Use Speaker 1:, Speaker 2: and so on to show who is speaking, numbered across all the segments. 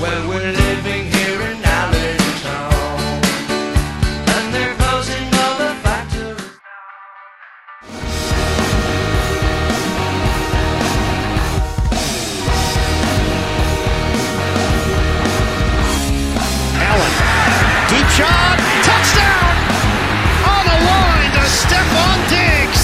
Speaker 1: Well, we're living here in Allentown, and they're closing all the factories.
Speaker 2: Allen. Deep shot. Touchdown. On the line to Stephon Diggs.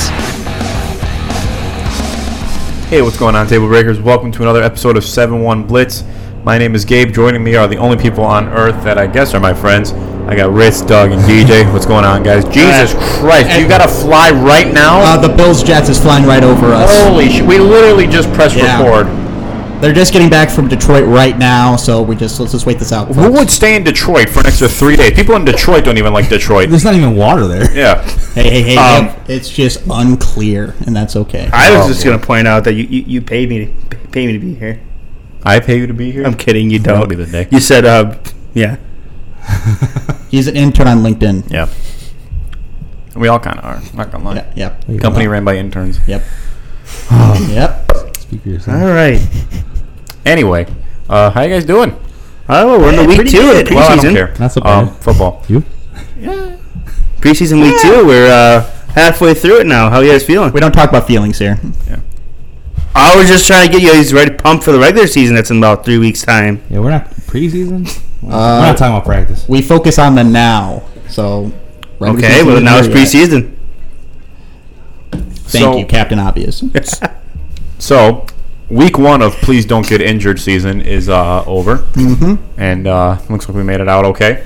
Speaker 3: Hey, what's going on, Table Breakers? Welcome to another episode of 7 1 Blitz. My name is Gabe. Joining me are the only people on earth that I guess are my friends. I got Ritz, Doug, and DJ. What's going on,
Speaker 4: Uh,
Speaker 3: guys? Jesus Christ, you gotta fly right
Speaker 5: Uh,
Speaker 3: now?
Speaker 5: the Bills Jets is flying right over us.
Speaker 4: Uh,
Speaker 3: Holy shit, we literally just pressed
Speaker 5: Yeah.
Speaker 3: record.
Speaker 5: They're just getting back from Detroit right now, so we just let's just wait this out.
Speaker 3: Who
Speaker 5: folks.
Speaker 3: would stay in Detroit for an extra three days? People in Detroit don't even like Detroit.
Speaker 4: There's not even water there.
Speaker 3: Yeah.
Speaker 5: Hey, hey, hey!
Speaker 3: Um,
Speaker 5: hey, it's just unclear, and that's okay.
Speaker 6: I was just
Speaker 3: Oh.
Speaker 6: gonna point out that you, you, you paid me to pay me to be here.
Speaker 3: I pay you to be here?
Speaker 6: I'm kidding, you
Speaker 3: That'll
Speaker 6: don't.
Speaker 3: be the day.
Speaker 6: You said, uh, yeah,
Speaker 5: He's an intern on LinkedIn.
Speaker 3: Yeah. We all kind of are. Not gonna lie.
Speaker 5: Yep, yep,
Speaker 3: Company ran by interns.
Speaker 5: yep, yep.
Speaker 4: Speak for yourself.
Speaker 6: all right.
Speaker 3: Anyway, uh, how you guys doing?
Speaker 6: Oh, we're in the week
Speaker 5: pretty
Speaker 6: two of the
Speaker 5: good.
Speaker 6: preseason.
Speaker 3: Well, I don't care.
Speaker 4: That's a
Speaker 3: um,
Speaker 4: bad-
Speaker 3: football.
Speaker 4: You?
Speaker 6: Preseason week two. We're uh, halfway through it now. How you guys feeling?
Speaker 5: We don't talk about feelings here.
Speaker 6: I was just trying to get you guys ready, pumped for the regular season. That's in about three weeks' time.
Speaker 4: Yeah, we're not preseason. We're
Speaker 5: Uh,
Speaker 4: not talking about practice.
Speaker 5: We focus on the now. So right
Speaker 6: Okay, well now it's preseason.
Speaker 5: Thank
Speaker 3: So-
Speaker 5: you, Captain Obvious.
Speaker 3: So, week one of please don't get injured season is uh, over, mm-hmm. and uh, looks like we made it out okay.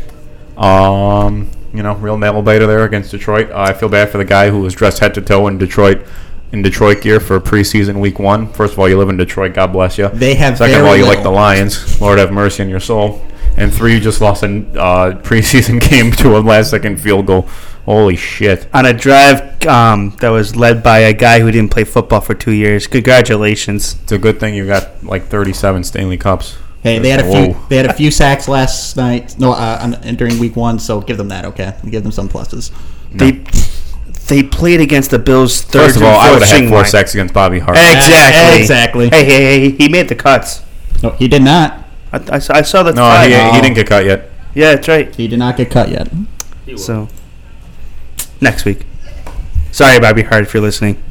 Speaker 3: Um, you know, real nail biter there against Detroit. Uh, I feel bad for the guy who was dressed head to toe in Detroit in Detroit gear for preseason week one. First of all, you live in Detroit. God bless you.
Speaker 5: They have
Speaker 3: Second of
Speaker 5: very
Speaker 3: all, you like the
Speaker 5: little.
Speaker 3: Lions. Lord have mercy on your soul. And three, you just lost a uh, preseason game to a last-second field goal. Holy shit!
Speaker 6: On a drive um, that was led by a guy who didn't play football for two years. Congratulations.
Speaker 3: It's a good thing you got like 37 Stanley Cups.
Speaker 5: Hey, they had a few.
Speaker 3: Whoa.
Speaker 5: They had a few sacks last night. No, uh, on- during week one. So give them that. Okay, give them some pluses.
Speaker 6: They they played against the Bills. Third
Speaker 3: First of all,
Speaker 6: and
Speaker 3: I
Speaker 6: fourth
Speaker 3: would have had
Speaker 6: string
Speaker 3: four
Speaker 6: line.
Speaker 3: sacks against Bobby Hart.
Speaker 6: Exactly.
Speaker 5: Exactly.
Speaker 6: Hey, hey, hey! He made the cuts.
Speaker 5: No, he did not.
Speaker 6: I, I, saw- I saw the
Speaker 3: No,
Speaker 6: cut.
Speaker 3: he,
Speaker 5: Wow.
Speaker 3: he didn't get cut yet.
Speaker 6: Yeah, that's right.
Speaker 5: He did not get cut yet.
Speaker 6: So next week. Sorry, Bobby Hart, if you're listening.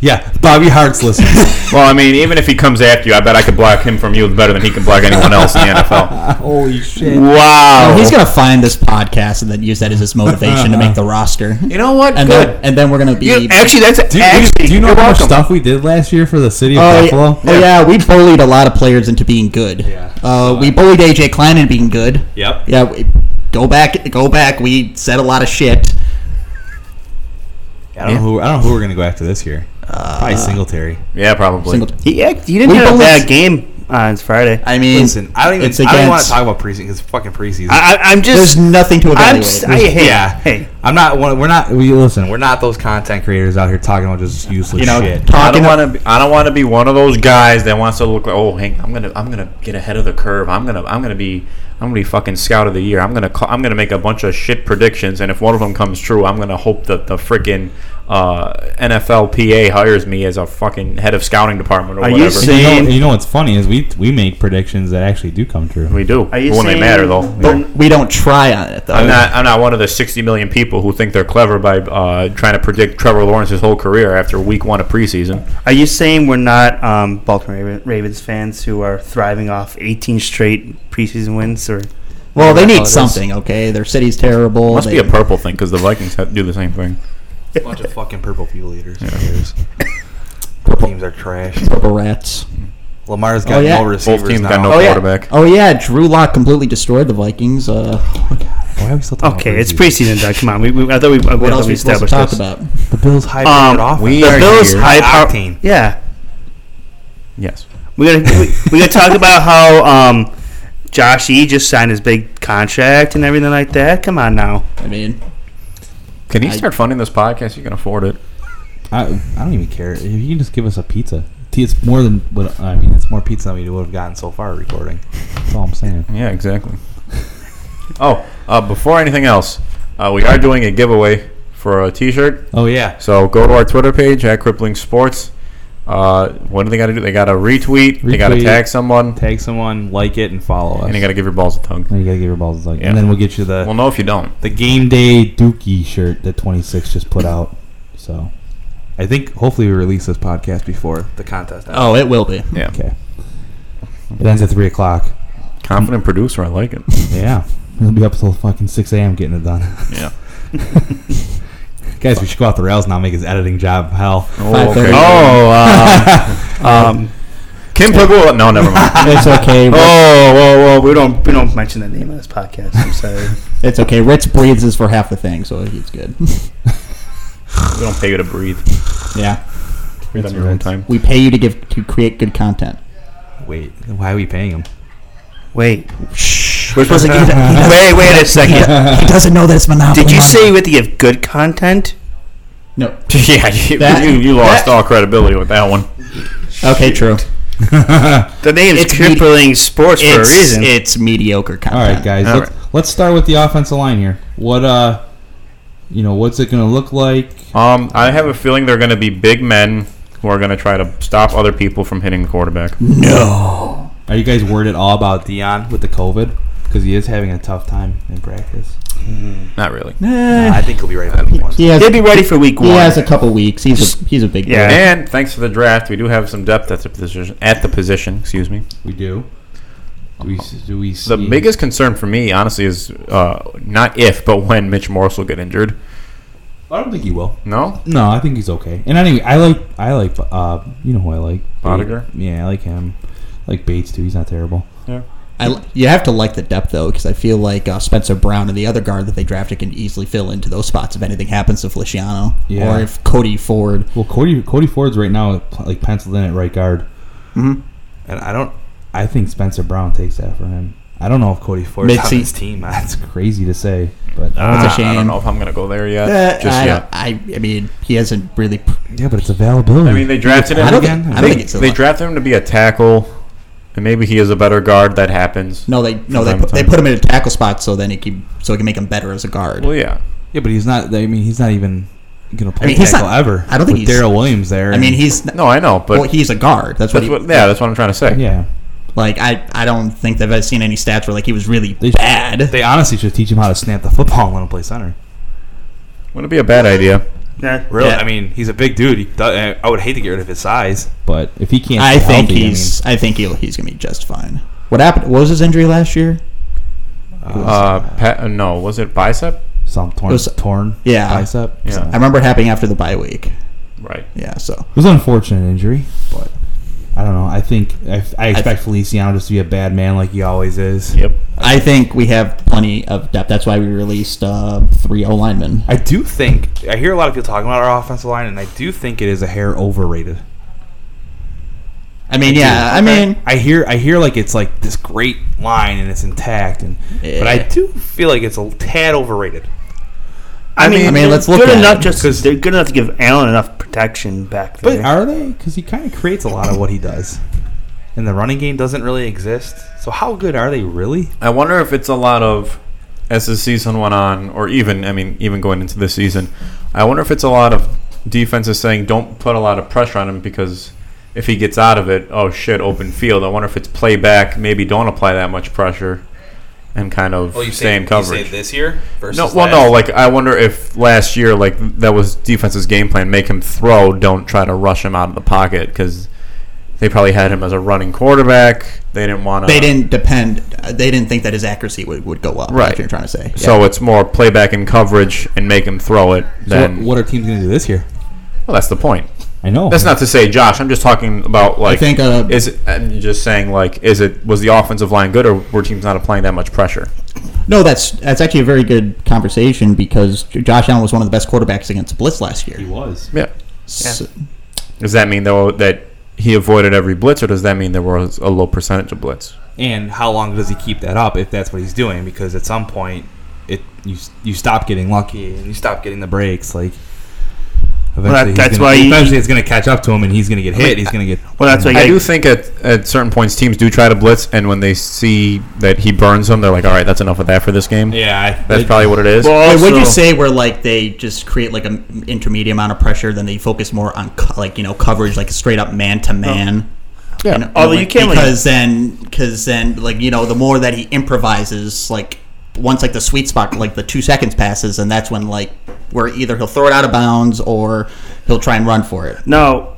Speaker 4: Yeah, Bobby Hart's listening.
Speaker 3: Well, I mean, even if he comes after you, I bet I could block him from you better than he can block anyone else in the NFL.
Speaker 4: Holy shit.
Speaker 3: Wow.
Speaker 5: Oh, he's gonna find this podcast and then use that as his motivation to make the roster.
Speaker 3: you know what?
Speaker 5: And
Speaker 3: Good.
Speaker 5: then, and then we're gonna be.
Speaker 6: You, actually, that's
Speaker 4: Do you,
Speaker 6: actually.
Speaker 4: do you know
Speaker 3: you're
Speaker 4: how much
Speaker 3: welcome.
Speaker 4: stuff we did last year for the city of
Speaker 5: oh, yeah,
Speaker 4: Buffalo?
Speaker 5: oh, yeah, we bullied a lot of players into being good.
Speaker 4: Yeah.
Speaker 5: Uh, we bullied AJ Klein into being good.
Speaker 4: Yep.
Speaker 5: Yeah. We, go back. Go back. We said a lot of shit.
Speaker 4: I don't know who I don't know who we're gonna go after this year. Probably Singletary.
Speaker 3: yeah, probably.
Speaker 5: Single.
Speaker 6: he, act- he didn't
Speaker 5: We
Speaker 6: have a
Speaker 5: both-
Speaker 6: bad game on Friday. I,
Speaker 5: I mean,
Speaker 4: Listen, I don't even
Speaker 5: It's
Speaker 4: I don't want
Speaker 5: against-
Speaker 4: to talk about preseason. It's fucking preseason.
Speaker 6: I, I'm
Speaker 5: there's
Speaker 6: just.
Speaker 5: nothing to
Speaker 6: I'm.
Speaker 5: evaluate.
Speaker 6: s- I, hey,
Speaker 4: yeah,
Speaker 6: hey.
Speaker 4: I'm not. one- We're not. We listen. We're not those content creators out here talking about just useless
Speaker 5: you know,
Speaker 4: shit.
Speaker 3: I
Speaker 5: talking.
Speaker 3: don't want to. I don't want to be one of those guys that wants to look like, oh, Hank, I'm gonna, I'm gonna get ahead of the curve. I'm gonna, I'm gonna be, I'm gonna be fucking scout of the year. I'm gonna, call, I'm gonna make a bunch of shit predictions, and if one of them comes true, I'm gonna hope that the freaking uh, NFLPA hires me as a fucking head of scouting department or
Speaker 6: Are you
Speaker 3: whatever.
Speaker 4: And you, know,
Speaker 6: Same.
Speaker 4: and you know what's funny is we we make predictions that actually do come true.
Speaker 3: we do
Speaker 6: Are you
Speaker 3: when they
Speaker 6: saying-
Speaker 3: matter, though.
Speaker 6: But-
Speaker 5: we don't try on it though.
Speaker 3: I'm not. I'm not one of the 60 million people who think they're clever by uh, trying to predict Trevor Lawrence's whole career after week one of preseason.
Speaker 6: Are you saying we're not um, Baltimore Raven- Ravens fans who are thriving off 18 straight preseason wins? Or
Speaker 5: Well, they
Speaker 6: That's how
Speaker 5: need
Speaker 6: it is.
Speaker 5: something. Okay, their city's terrible.
Speaker 3: Must be
Speaker 5: They-
Speaker 3: a purple thing because the Vikings ha- do the same thing.
Speaker 4: bunch of fucking purple fuel eaters. Who cares? Teams are trash.
Speaker 5: purple rats.
Speaker 4: Lamar's got
Speaker 5: Oh, yeah.
Speaker 4: no
Speaker 5: Both
Speaker 4: receivers
Speaker 3: Both teams
Speaker 4: now.
Speaker 3: got no
Speaker 5: Oh, yeah.
Speaker 3: quarterback.
Speaker 5: Oh yeah, Drew Lock completely destroyed the Vikings. Uh,
Speaker 4: Why are we still talking
Speaker 6: okay,
Speaker 4: about
Speaker 6: it's
Speaker 4: preseason?
Speaker 6: preseason, Doug. Come on, we, we, I thought we, I thought
Speaker 5: what else are
Speaker 6: we
Speaker 5: we supposed to
Speaker 6: established
Speaker 5: talk
Speaker 6: this.
Speaker 5: about?
Speaker 4: The Bills high
Speaker 6: Um,
Speaker 4: off.
Speaker 3: we
Speaker 6: The
Speaker 3: are
Speaker 6: Bills
Speaker 3: here.
Speaker 6: high power.
Speaker 4: Octane.
Speaker 6: Yeah,
Speaker 3: Yes.
Speaker 6: We're gonna we, we're gonna talk about how um, Josh E just signed his big contract and everything like that. Come on now,
Speaker 5: I mean,
Speaker 3: Can you
Speaker 5: I-
Speaker 3: start funding this podcast? You can afford it.
Speaker 4: I, I don't even care. If you can just give us a pizza, T- it's more than what I mean. It's more pizza than we would have gotten so far recording. That's all I'm saying.
Speaker 3: Yeah, exactly. oh, uh, before anything else, uh, we are doing a giveaway for a T-shirt.
Speaker 4: Oh yeah,
Speaker 3: So go to our Twitter page at Crippling Sports. Uh, what do they got to do? They got to retweet, They got to
Speaker 4: Retweet.
Speaker 3: tag someone.
Speaker 4: Tag someone, like it, and follow us.
Speaker 3: And you got to give your balls a tug.
Speaker 4: And you gotta give your balls a tug.
Speaker 3: Yeah.
Speaker 4: And then we'll get you the
Speaker 3: Well, no, if you don't.
Speaker 4: the game day Dookie shirt that 26 just put out. So I think hopefully we release this podcast before the contest. ends.
Speaker 5: Oh, it will be.
Speaker 3: Yeah.
Speaker 4: Okay. It ends at three o'clock.
Speaker 3: Confident producer, I like it.
Speaker 4: Yeah, we'll be up till fucking 6 a.m. getting it done.
Speaker 3: Yeah.
Speaker 4: Guys, we should go off the rails now. Make his editing job hell.
Speaker 3: Oh, okay.
Speaker 5: 5:30.
Speaker 6: uh,
Speaker 3: oh um, um, Kim Pagula. No, never mind.
Speaker 5: It's okay. Ritz,
Speaker 6: Oh, whoa, whoa! We don't we don't mention the name of this podcast. I'm sorry.
Speaker 5: it's okay. Ritz breathes is for half the thing, so it's good.
Speaker 3: We don't pay you to breathe.
Speaker 5: yeah,
Speaker 3: Breathe on your own time.
Speaker 5: we pay you to give to create good content.
Speaker 4: Wait, why are we paying him?
Speaker 6: Wait,
Speaker 5: We're supposed to give that.
Speaker 6: wait, wait a second.
Speaker 5: He doesn't know that it's monopoly.
Speaker 6: Did you
Speaker 5: money.
Speaker 6: say we have to give good content?
Speaker 5: no?
Speaker 3: yeah, you,
Speaker 5: That-
Speaker 3: you, you lost
Speaker 6: that-
Speaker 3: all credibility with that one.
Speaker 5: Okay, true.
Speaker 6: The name's
Speaker 5: It's me-
Speaker 6: Crippling Sports for a
Speaker 5: It's,
Speaker 6: reason.
Speaker 5: it's mediocre
Speaker 4: All
Speaker 5: content.
Speaker 4: right, guys.
Speaker 3: All
Speaker 4: let's, let's start with the offensive line here. What uh, you know, what's it gonna look like?
Speaker 3: Um, I have a feeling they're going to be big men who are going to try to stop other people from hitting the quarterback.
Speaker 4: Are you guys worried at all about Dion with the COVID? Because he is having a tough time in practice.
Speaker 3: Not really.
Speaker 4: I think he'll be right back.
Speaker 5: He has,
Speaker 6: They'll be ready for week
Speaker 5: he
Speaker 6: one.
Speaker 5: has a couple weeks. He's a, he's a big
Speaker 6: Yeah.
Speaker 5: boy.
Speaker 3: And thanks to the draft, we do have some depth at the position. At the position, excuse me.
Speaker 4: We do. Do we? s- Do we see
Speaker 3: The biggest concern for me, honestly, is uh, not if, but when Mitch Morris will get injured.
Speaker 4: I don't think he will.
Speaker 3: No,
Speaker 4: No, I think he's okay. And anyway, I like I like uh you know who I like
Speaker 3: Bodiger?
Speaker 4: Yeah, I like him. I like Bates too. He's not terrible.
Speaker 5: I, you have to like the depth though, because I feel like uh, Spencer Brown and the other guard that they drafted can easily fill into those spots if anything happens to Feliciano
Speaker 4: Yeah.
Speaker 5: or if Cody Ford.
Speaker 4: Well, Cody Cody Ford's right now like penciled in at right guard. Mm-hmm. And I don't. I think Spencer Brown takes that for him. I don't know if Cody Ford's on
Speaker 5: Mid-seat.
Speaker 4: his team. That's crazy to say,
Speaker 5: That's
Speaker 4: but
Speaker 5: a
Speaker 3: Ah, I don't
Speaker 5: shame.
Speaker 3: know if I'm going to go there yet.
Speaker 5: Uh,
Speaker 3: Just
Speaker 5: I,
Speaker 3: yet.
Speaker 5: I, I mean, he hasn't really.
Speaker 4: yeah, but it's availability.
Speaker 3: I mean, they drafted him.
Speaker 5: Hmm. I don't
Speaker 4: again?
Speaker 5: think, I
Speaker 4: I
Speaker 5: don't
Speaker 3: they,
Speaker 5: think it's a
Speaker 3: they
Speaker 5: lot.
Speaker 3: drafted him to be a tackle, and maybe he is a better guard. That happens.
Speaker 5: No, they no they
Speaker 3: time to
Speaker 5: put, they
Speaker 3: time.
Speaker 5: put him in a tackle spot so then he can so he can make him better as a guard.
Speaker 3: Well, yeah.
Speaker 4: yeah, but he's not. I mean, he's not even gonna
Speaker 5: I
Speaker 4: play
Speaker 5: mean, he's
Speaker 4: tackle
Speaker 5: not-
Speaker 4: ever.
Speaker 5: I don't think
Speaker 4: With
Speaker 5: he's-
Speaker 4: Daryl Williams there.
Speaker 5: I mean, he's n-
Speaker 3: No, I know, but
Speaker 5: well, he's a guard. That's what,
Speaker 3: that's
Speaker 5: he,
Speaker 3: what. Yeah, that's what I'm trying to say.
Speaker 4: yeah.
Speaker 5: like I I don't think that I've seen any stats where like he was really
Speaker 4: They-
Speaker 5: bad.
Speaker 4: They honestly should teach him how to snap the football and let him play center.
Speaker 3: Wouldn't it be a bad idea?
Speaker 6: Yeah.
Speaker 4: Really?
Speaker 5: Yeah.
Speaker 4: I mean, he's a big dude. He do- uh, I would hate to get rid of his size, but if he can't,
Speaker 5: I
Speaker 4: stay
Speaker 5: think
Speaker 4: healthy,
Speaker 5: he's I think he'll, he's gonna be just fine. What happened? What was his injury last year?
Speaker 4: I mean,
Speaker 3: Uh, pa- no, was it bicep?
Speaker 4: some torn,
Speaker 5: it was-
Speaker 4: torn,
Speaker 5: yeah.
Speaker 4: bicep.
Speaker 3: Yeah.
Speaker 4: So-
Speaker 5: I remember it happening after the bye week.
Speaker 3: Right.
Speaker 5: Yeah, so
Speaker 4: It was an unfortunate injury, but I don't know. I think I, I expect Feliciano just to be a bad man like he always is.
Speaker 3: Yep.
Speaker 5: I think we have plenty of depth. That's why we released uh, three O linemen.
Speaker 4: I do think I hear a lot of people talking about our offensive line, and I do think it is a hair overrated.
Speaker 5: I mean, yeah, I mean,
Speaker 4: I hear I hear like it's like this great line and it's intact, and but I
Speaker 5: Yeah.
Speaker 4: do feel like it's a tad overrated.
Speaker 6: I mean,
Speaker 5: I mean, let's look
Speaker 6: good
Speaker 5: at
Speaker 6: enough
Speaker 5: it,
Speaker 6: just they're good enough to give Allen enough protection back
Speaker 4: But
Speaker 6: there.
Speaker 4: are they? Because he kind of creates a lot of what he does, and the running game doesn't really exist. So how good are they really?
Speaker 3: I wonder if it's a lot of as the season went on, or even I mean, even going into this season, I wonder if it's a lot of defenses saying don't put a lot of pressure on him because if he gets out of it, oh shit, open field. I wonder if it's play back, maybe don't apply that much pressure and kind
Speaker 4: Oh,
Speaker 3: of stay in coverage.
Speaker 4: this year versus
Speaker 3: no, well, no. Like I wonder if last year, like that was defense's game plan: make him throw, don't try to rush him out of the pocket because they probably had him as a running quarterback. They didn't want to.
Speaker 5: they didn't depend. They didn't think that his accuracy would, would go up. Right,
Speaker 3: Right.
Speaker 5: what you're trying to say. Yeah.
Speaker 3: So it's more playback and coverage and make him throw it than.
Speaker 4: what, what are teams going to do this year?
Speaker 3: well, that's the point.
Speaker 4: I know
Speaker 3: That's not to say, Josh. I'm just talking about like.
Speaker 5: think, uh,
Speaker 3: is it, I'm just saying like, is it was the offensive line good or were teams not applying that much pressure?
Speaker 5: no, that's that's actually a very good conversation because Josh Allen was one of the best quarterbacks against blitz last year.
Speaker 4: He was.
Speaker 3: Yeah.
Speaker 5: So-
Speaker 3: Does that mean though that he avoided every blitz or does that mean there was a low percentage of blitz?
Speaker 4: And how long does he keep that up if that's what he's doing? Because at some point, it you you stop getting lucky and you stop getting the breaks. Like Eventually,
Speaker 6: that-
Speaker 4: he's
Speaker 6: that's
Speaker 4: gonna,
Speaker 6: why you-
Speaker 4: eventually it's going to catch up to him, and he's going to get hit. he's going to get.
Speaker 6: Well, that's why
Speaker 3: I
Speaker 6: you-
Speaker 3: do think at, at certain points teams do try to blitz, and when they see that he burns them, they're like, all right, that's enough of that for this game.
Speaker 4: Yeah, I,
Speaker 3: That's probably what it is.
Speaker 6: Well,
Speaker 5: Wait, would you
Speaker 6: also-
Speaker 5: say where like they just create like an intermediate amount of pressure, then they focus more on co- like you know coverage, like straight up man to man?
Speaker 3: Yeah.
Speaker 6: Oh. Although you can't really-
Speaker 5: because then because then like you know the more that he improvises, like once like the sweet spot, like the two seconds passes, and that's when like where either he'll throw it out of bounds or he'll try and run for it.
Speaker 6: No,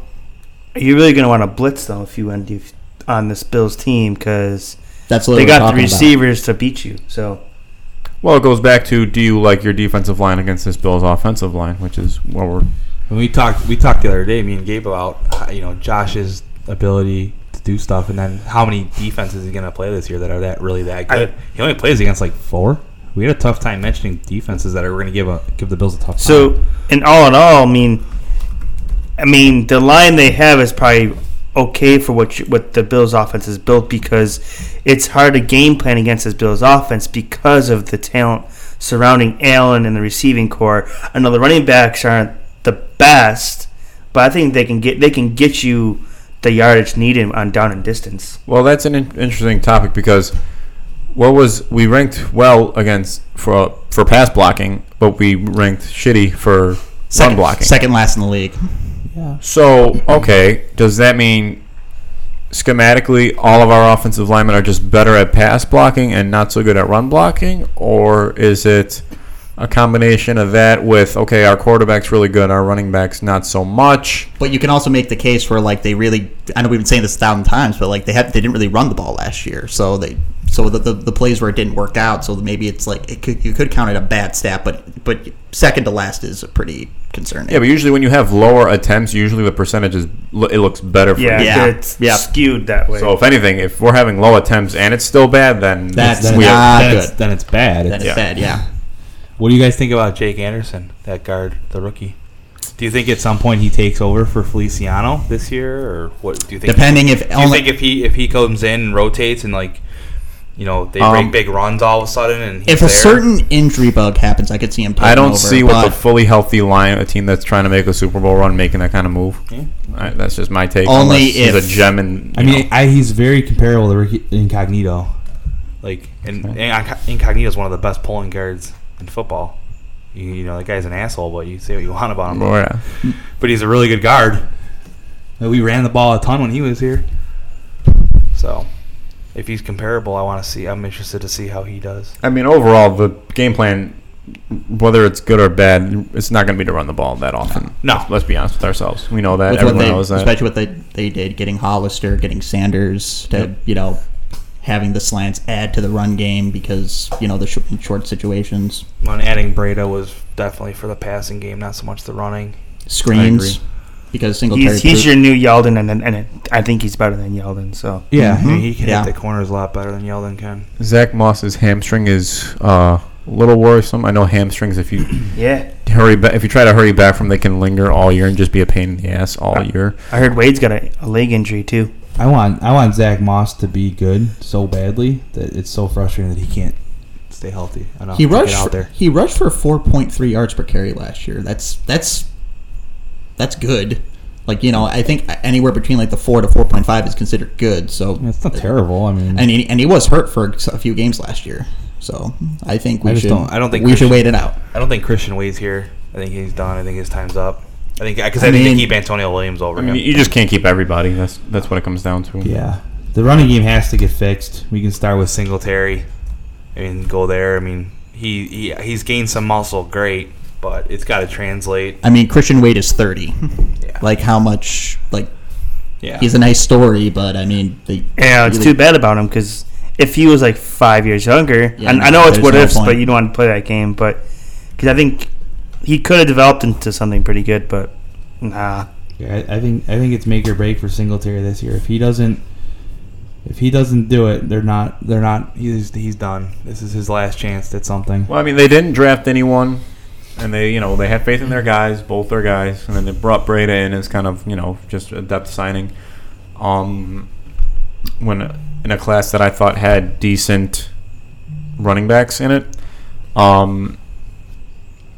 Speaker 6: you're really going to want to blitz though if you end if, on this Bills team because
Speaker 5: That's what
Speaker 6: they
Speaker 5: we're
Speaker 6: got the
Speaker 5: talking about.
Speaker 6: receivers to beat you. So
Speaker 3: Well, it goes back to do you like your defensive line against this Bills offensive line, which is what we're.
Speaker 4: When we talked, we talked the other day, me and Gabe, about uh, you know Josh's ability to do stuff, and then how many defenses he's gonna play this year that are that really that good. he only plays against like four. We had a tough time mentioning defenses that are gonna give a give the Bills a tough. time.
Speaker 6: so in all in all, I mean, I mean the line they have is probably okay for what you, what the Bills offense is built because it's hard to game plan against this Bills offense because of the talent surrounding Allen and the receiving core. I know the running backs aren't the best, but I think they can get they can get you the yardage needed on down and distance.
Speaker 3: Well, that's an in- interesting topic because what was we ranked well against for for pass blocking, but we ranked shitty for run
Speaker 5: Second,
Speaker 3: blocking.
Speaker 5: second last in the league.
Speaker 3: So okay, does that mean schematically all of our offensive linemen are just better at pass blocking and not so good at run blocking, or is it a combination of that with okay, our quarterback's really good, our running backs not so much?
Speaker 5: But you can also make the case where like they really I know we've been saying this a thousand times, but like they had they didn't really run the ball last year, so they so the, the, the plays where it didn't work out, so maybe it's like it could, you could count it a bad stat, but but second to last is pretty concerning.
Speaker 3: Yeah, but usually when you have lower attempts, usually the percentage is lo- it looks better for
Speaker 6: Yeah,
Speaker 3: you.
Speaker 5: Yeah.
Speaker 6: it's
Speaker 5: Yeah.
Speaker 6: skewed that way.
Speaker 3: So if anything, if we're having low attempts and it's still bad, then
Speaker 5: That's
Speaker 3: it's
Speaker 4: then,
Speaker 3: weird.
Speaker 5: not
Speaker 4: then, it's,
Speaker 5: good.
Speaker 4: then it's bad.
Speaker 5: that
Speaker 4: It's-
Speaker 5: is bad. Yeah,
Speaker 4: What do you guys think about Jake Anderson, that guard, the rookie? Do you think at some point he takes over for Feliciano this year, or what? Do you think?
Speaker 5: depending if
Speaker 4: Do you
Speaker 5: only
Speaker 4: think if he if he comes in and rotates and like, you know, they
Speaker 3: Um,
Speaker 4: break big runs all of a sudden and he's
Speaker 5: if a
Speaker 4: there?
Speaker 5: certain injury bug happens, I could see him.
Speaker 3: I
Speaker 5: taking
Speaker 3: don't
Speaker 5: over,
Speaker 3: see what the
Speaker 5: but-
Speaker 3: fully healthy line, a team that's trying to make a Super Bowl run, making that kind of move.
Speaker 4: Hmm?
Speaker 3: I, that's just my take.
Speaker 5: Only
Speaker 3: unless he's
Speaker 5: if-
Speaker 3: a gem and
Speaker 4: I mean, I, he's very comparable to Ricky Incognito. Like, and, and Incognito is one of the best pulling guards in football. You, you know, that guy's an asshole, but you say what you want about him.
Speaker 3: yeah.
Speaker 4: But he's a really good guard. And We ran the ball a ton when he was here. So, if he's comparable, I want to see. I'm interested to see how he does.
Speaker 3: I mean, overall, the game plan, whether it's good or bad, it's not going to be to run the ball that often.
Speaker 4: No.
Speaker 3: let's be honest with ourselves. We know that.
Speaker 5: with what
Speaker 3: Everyone
Speaker 5: they,
Speaker 3: knows that.
Speaker 5: especially what they they did, getting Hollister, getting Sanders to you know having the slants add to the run game because you know the sh- short situations,
Speaker 4: When adding Breda was definitely for the passing game, not so much the running.
Speaker 5: screens, because Singletary.
Speaker 6: he's, he's
Speaker 5: pro-
Speaker 6: your new Yeldon, and, and and I think he's better than Yeldon. So
Speaker 4: Yeah, I mean, he can
Speaker 5: Yeah.
Speaker 4: hit the corners a lot better than Yeldon can.
Speaker 3: Zach Moss's hamstring is uh, a little worrisome. I know hamstrings. If you
Speaker 6: yeah,
Speaker 3: hurry, ba- if you try to hurry back from, they can linger all year and just be a pain in the ass all year.
Speaker 6: I heard Wade's got a, a leg injury too.
Speaker 4: I want I want Zach Moss to be good so badly that it's so frustrating that he can't stay healthy. I know
Speaker 5: he
Speaker 4: to get
Speaker 5: rushed.
Speaker 4: out
Speaker 5: For,
Speaker 4: there.
Speaker 5: he rushed for 4.3 yards per carry last year. That's that's that's good. Like you know, I think anywhere between like the four to 4.5 is considered good. So
Speaker 4: Yeah, It's not terrible. I mean,
Speaker 5: And he, and he was hurt for a few games last year. So I think we
Speaker 4: I just
Speaker 5: should.
Speaker 4: don't- I don't think
Speaker 5: we
Speaker 4: we
Speaker 5: should
Speaker 4: should-
Speaker 5: wait it out.
Speaker 4: I don't think Christian Wade's here. I think he's done. I think his time's up. I think because
Speaker 5: I
Speaker 4: I,
Speaker 5: mean-
Speaker 4: think they keep Antonio Williams over
Speaker 3: I mean,
Speaker 4: him.
Speaker 3: you just can't keep everybody. That's that's what it comes down to.
Speaker 4: Yeah, the running game has to get fixed. We can start with Singletary. I mean, go there. I mean, he, he he's gained some muscle, great, but it's got to translate.
Speaker 5: I mean, Christian Wade is 30.
Speaker 4: Yeah.
Speaker 5: Like how much? Like
Speaker 4: Yeah,
Speaker 5: he's a nice story, but I mean, they,
Speaker 6: Yeah, it's
Speaker 5: really-
Speaker 6: too bad about him because if he was like five years younger,
Speaker 5: Yeah,
Speaker 6: and I
Speaker 5: no,
Speaker 6: know it's
Speaker 5: there's
Speaker 6: what
Speaker 5: no
Speaker 6: ifs, but
Speaker 5: point.
Speaker 6: you don't want to play that game. But because I think he could have developed into something pretty good, but nah.
Speaker 4: Yeah, I, I think I think it's make or break for Singletary this year. If he doesn't, if he doesn't do it, they're not. They're not. He's he's done. This is his last chance at something.
Speaker 3: Well, I mean, they didn't draft anyone, and they, you know, they had faith in their guys, both their guys, and then they brought Breda in as kind of, you know, just a depth signing. Um, when in a class that I thought had decent running backs in it, um,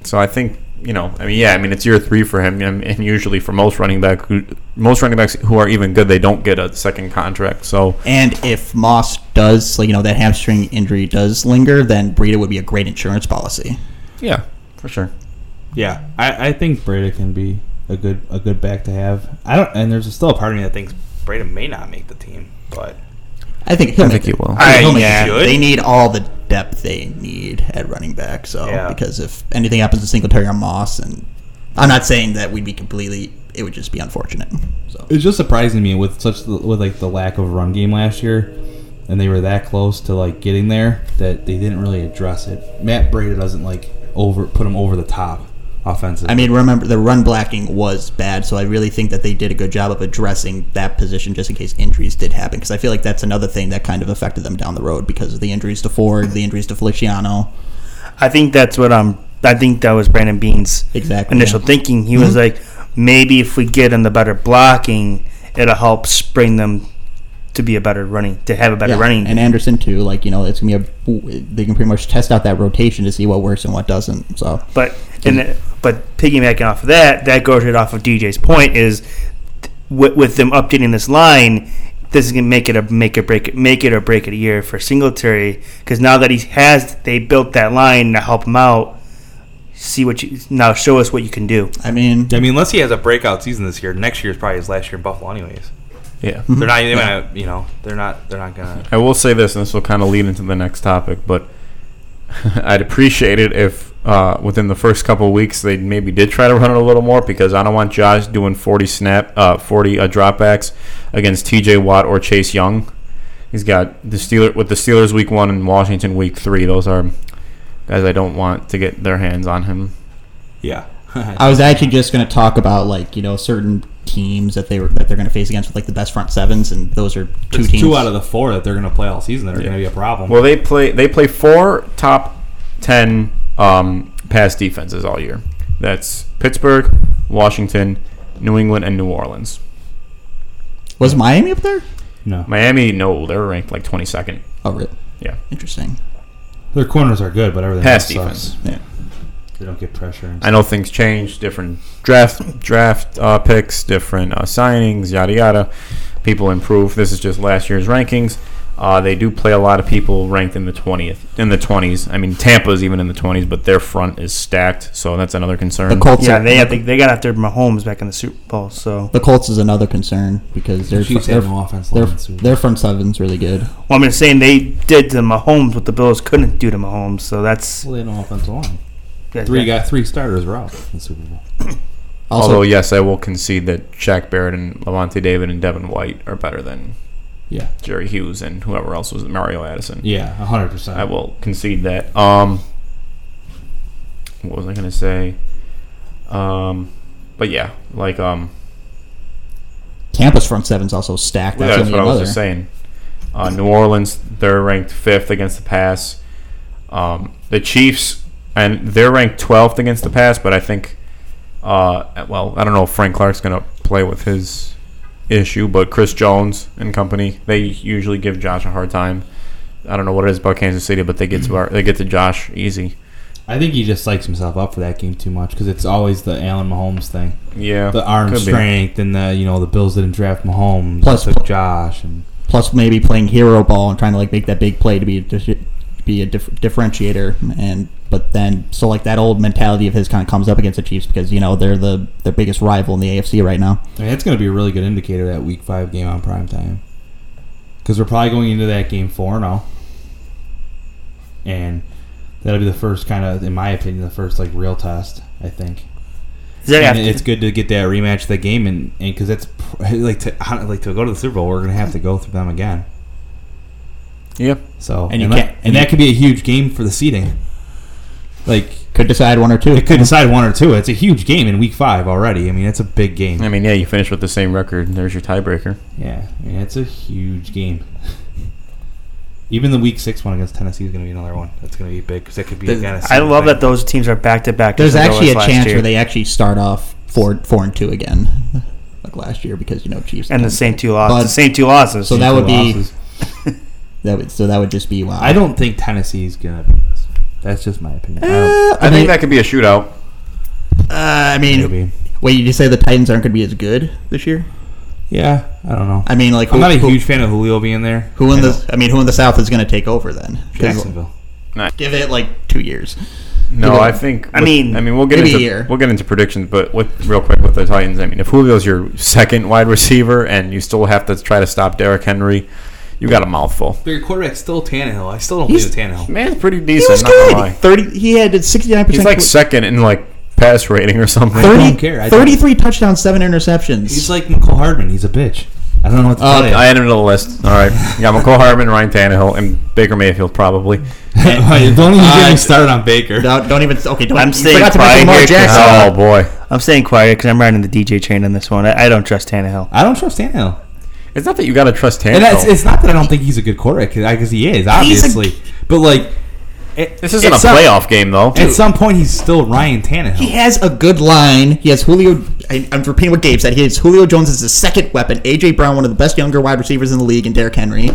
Speaker 3: so I think you know, I mean, yeah, I mean, it's year three for him, and, and usually for most running back, who, most running backs who are even good, they don't get a second contract. So
Speaker 5: And if Moss does, like, you know, that hamstring injury does linger, then Breida would be a great insurance policy.
Speaker 3: yeah, for sure.
Speaker 4: Yeah, I, I think Breda can be a good a good back to have. I don't, and there's still a part of me that thinks Breda may not make the team, but
Speaker 5: I think he'll
Speaker 3: I
Speaker 5: make
Speaker 3: think
Speaker 5: it.
Speaker 3: he will.
Speaker 5: I think he'll
Speaker 4: I-
Speaker 5: make it.
Speaker 4: yeah.
Speaker 5: They need all the depth they need at running back. So
Speaker 4: Yeah.
Speaker 5: because if anything happens to Singletary or Moss, and I'm not saying that we'd be completely, it would just be unfortunate. So
Speaker 4: it's just surprising to me with such the, with like the lack of run game last year, and they were that close to like getting there that they didn't really address it. Matt Breda doesn't like over put him over the top offensively.
Speaker 5: I mean, remember the run blocking was bad, so I really think that they did a good job of addressing that position just in case injuries did happen. Because I feel like that's another thing that kind of affected them down the road because of the injuries to Ford, the injuries to Feliciano.
Speaker 6: I think that's what um I think that was Brandon Bean's
Speaker 5: Exactly,
Speaker 6: initial
Speaker 5: yeah. Mm-hmm.
Speaker 6: thinking. He was like, maybe if we get him the better blocking, it'll help spring them to be a better running to have a better
Speaker 5: Yeah,
Speaker 6: running.
Speaker 5: and Anderson too. Like you know, it's gonna be a they can pretty much test out that rotation to see what works and what doesn't. So
Speaker 6: But and the- but piggybacking off of that, that goes right off of DJ's point is with, with them updating this line, this is gonna make it a make it break it make it or break it a year for Singletary because now that he has they built that line to help him out. See what you now show us what you can do.
Speaker 5: I mean,
Speaker 4: I mean, unless he has a breakout season this year, next year is probably his last year in Buffalo, anyways.
Speaker 3: Yeah.
Speaker 4: They're not, they might, you know, they're not, they're not gonna.
Speaker 3: I will say this, and this will kind of lead into the next topic, but I'd appreciate it if uh, within the first couple of weeks they maybe did try to run it a little more because I don't want Josh doing 40 snap, uh, 40 uh, dropbacks against TJ Watt or Chase Young. He's got the Steeler with the Steelers week one and Washington week three. Those are guys I don't want to get their hands on him.
Speaker 4: Yeah,
Speaker 5: I was actually just going to talk about like you know certain teams that they were that they're going to face against with like the best front sevens, and those are two
Speaker 4: It's
Speaker 5: teams.
Speaker 4: two out of the four that they're gonna play all season that are gonna be a problem.
Speaker 3: Well, they play they play four top ten um, pass defenses all year. That's Pittsburgh, Washington, New England, and New Orleans.
Speaker 5: was Miami up there?
Speaker 4: no,
Speaker 3: Miami, no, they're ranked like 22nd.
Speaker 5: Oh, really?
Speaker 3: Yeah.
Speaker 5: Interesting.
Speaker 4: their corners are good, but everything
Speaker 3: Pass
Speaker 4: else sucks.
Speaker 3: defense.
Speaker 5: Yeah.
Speaker 4: They don't get pressure. And
Speaker 3: I know things change, different draft draft uh, picks, different uh, signings, yada yada. People improve. This is just last year's rankings. Uh, they do play a lot of people ranked in the twentieth, in the twenties. I mean, Tampa's even in the twenties, but their front is stacked, so that's another concern.
Speaker 5: The Colts.
Speaker 6: Yeah,
Speaker 5: are-
Speaker 6: they have, they got after Mahomes back in the Super Bowl, so
Speaker 5: the Colts is another concern because they're
Speaker 4: Chiefs
Speaker 5: their,
Speaker 4: have no offense
Speaker 5: their,
Speaker 4: line, so-
Speaker 5: their front seven's really good.
Speaker 6: well, I'm just saying they did to Mahomes what the Bills couldn't do to Mahomes, so that's
Speaker 4: Well, they don't offensive line. Three got three starters were out in the Super Bowl.
Speaker 5: Also,
Speaker 3: Although, yes, I will concede that Shaq Barrett and Levante David and Devin White are better than
Speaker 4: Yeah,
Speaker 3: Jerry Hughes and whoever else was Mario Addison.
Speaker 4: yeah, hundred
Speaker 3: I
Speaker 4: percent.
Speaker 3: will concede that. Um, what was I gonna say? Um, but yeah, like um,
Speaker 5: Tampa's front seven's also stacked. That's,
Speaker 3: that's what
Speaker 5: only
Speaker 3: I was
Speaker 5: another.
Speaker 3: just saying. Uh, New Orleans, they're ranked fifth against the pass. Um, the Chiefs, and they're ranked twelfth against the pass. But I think, uh, well, I don't know if Frank Clark's gonna play with his issue, but Chris Jones and company, they usually give Josh a hard time. I don't know what it is about Kansas City, but they get to our, they get to Josh easy.
Speaker 4: I think he just psychs himself up for that game too much because it's always the Allen Mahomes thing,
Speaker 3: Yeah,
Speaker 4: the arm
Speaker 3: could be.
Speaker 4: strength, and the you know the Bills didn't draft Mahomes,
Speaker 5: Plus-
Speaker 4: they took Josh, and
Speaker 5: Plus, maybe playing hero ball and trying to like make that big play to be a, dif- be a dif- differentiator. And but then, so like that old mentality of his kind of comes up against the Chiefs because you know they're the their biggest rival in the AFC right now.
Speaker 4: I mean, that's going to be a really good indicator that Week Five game on prime time, because we're probably going into that game four and zero, and that'll be the first kind of, in my opinion, the first like real test. I think.
Speaker 6: Is that
Speaker 4: And
Speaker 6: after,
Speaker 4: it's good to get that rematch of the game, and because that's pr- like to hon- like to go to the Super Bowl, we're going to have to go through them again.
Speaker 3: Yeah.
Speaker 4: So
Speaker 5: And you
Speaker 4: that,
Speaker 5: can't-
Speaker 4: and that could be a huge game for the seeding. Like
Speaker 5: Could decide one or two.
Speaker 4: it could decide one or two. It's a huge game in Week Five already. I mean, it's a big game.
Speaker 3: I mean, yeah, you finish with the same record, and there's your tiebreaker.
Speaker 4: Yeah, I mean, it's a huge game. Even the Week Six one against Tennessee is going to be another one. That's going to be big because that could be
Speaker 5: There's-
Speaker 4: again. a
Speaker 6: I love
Speaker 4: thing.
Speaker 6: that those teams are back to back.
Speaker 5: There's actually a chance where they actually start off four four and two again, like last year because you know Chiefs
Speaker 6: and the same two losses,
Speaker 5: But-
Speaker 6: the same two losses.
Speaker 5: So that would be
Speaker 4: Losses.
Speaker 5: that would so that would just be wow.
Speaker 4: I don't think Tennessee's going to. That's just my opinion. I don't-
Speaker 5: Uh,
Speaker 3: I think that could be a shootout.
Speaker 5: Uh, I mean,
Speaker 4: Maybe.
Speaker 5: wait, you say the Titans aren't going to be as good this year?
Speaker 4: Yeah, I don't know.
Speaker 5: I mean, like,
Speaker 4: I'm
Speaker 5: who,
Speaker 4: not a
Speaker 5: who-
Speaker 4: huge fan of Julio being there.
Speaker 5: who in the? I mean, who in the South is going to take over then? 'Cause
Speaker 4: Jacksonville?
Speaker 5: Give it like two years.
Speaker 3: No,
Speaker 5: Yeah.
Speaker 3: I think.
Speaker 6: I
Speaker 3: with-
Speaker 6: mean,
Speaker 3: I mean, we'll get
Speaker 5: maybe a
Speaker 3: into
Speaker 5: year.
Speaker 3: we'll get into predictions, but with, real quick with the Titans, I mean, if Julio's your second wide receiver and you still have to try to stop Derrick Henry, you got a mouthful.
Speaker 4: But your quarterback's still Tannehill. I still don't
Speaker 5: He's-
Speaker 4: believe in Tannehill.
Speaker 3: Man's pretty
Speaker 5: He
Speaker 3: decent.
Speaker 5: was
Speaker 3: not gonna
Speaker 5: good.
Speaker 3: lie.
Speaker 5: Thirty. He had sixty nine
Speaker 3: He's
Speaker 5: percent.
Speaker 3: like second in like pass rating or something.
Speaker 4: I
Speaker 5: 30,
Speaker 4: don't care. I don't-
Speaker 5: 33 touchdowns, seven interceptions.
Speaker 4: He's like McCall Hardman. He's a bitch. I don't know what to
Speaker 5: Oh,
Speaker 4: tell you.
Speaker 3: Uh, I added to the list. All right, you got McCole Hardman, Ryan Tannehill, and Baker Mayfield probably.
Speaker 4: don't even
Speaker 5: Uh,
Speaker 4: get me started on Baker.
Speaker 5: don't, don't even. Okay, don't.
Speaker 6: I'm
Speaker 5: you
Speaker 6: saying
Speaker 5: forgot to mention
Speaker 6: pride
Speaker 5: Lamar
Speaker 6: here, 'cause,
Speaker 5: Jackson.
Speaker 6: uh,
Speaker 3: Oh boy,
Speaker 6: I'm staying quiet because I'm riding the DJ train on this one. I, I don't trust Tannehill.
Speaker 4: I don't trust Tannehill.
Speaker 3: it's not that you got to trust
Speaker 4: And that's,
Speaker 3: Tannehill.
Speaker 4: it's not that I don't think he's a good quarterback, because he is, obviously. but, like, it-
Speaker 3: This isn't
Speaker 4: at
Speaker 3: a
Speaker 4: some-
Speaker 3: playoff game though.
Speaker 4: At some point, he's still
Speaker 5: He
Speaker 4: Ryan Tannehill.
Speaker 5: has a good line. He has Julio. I, I'm repeating what Gabe said. He has Julio Jones as his second weapon. AJ Brown, one of the best younger wide receivers in the league, and Derrick Henry.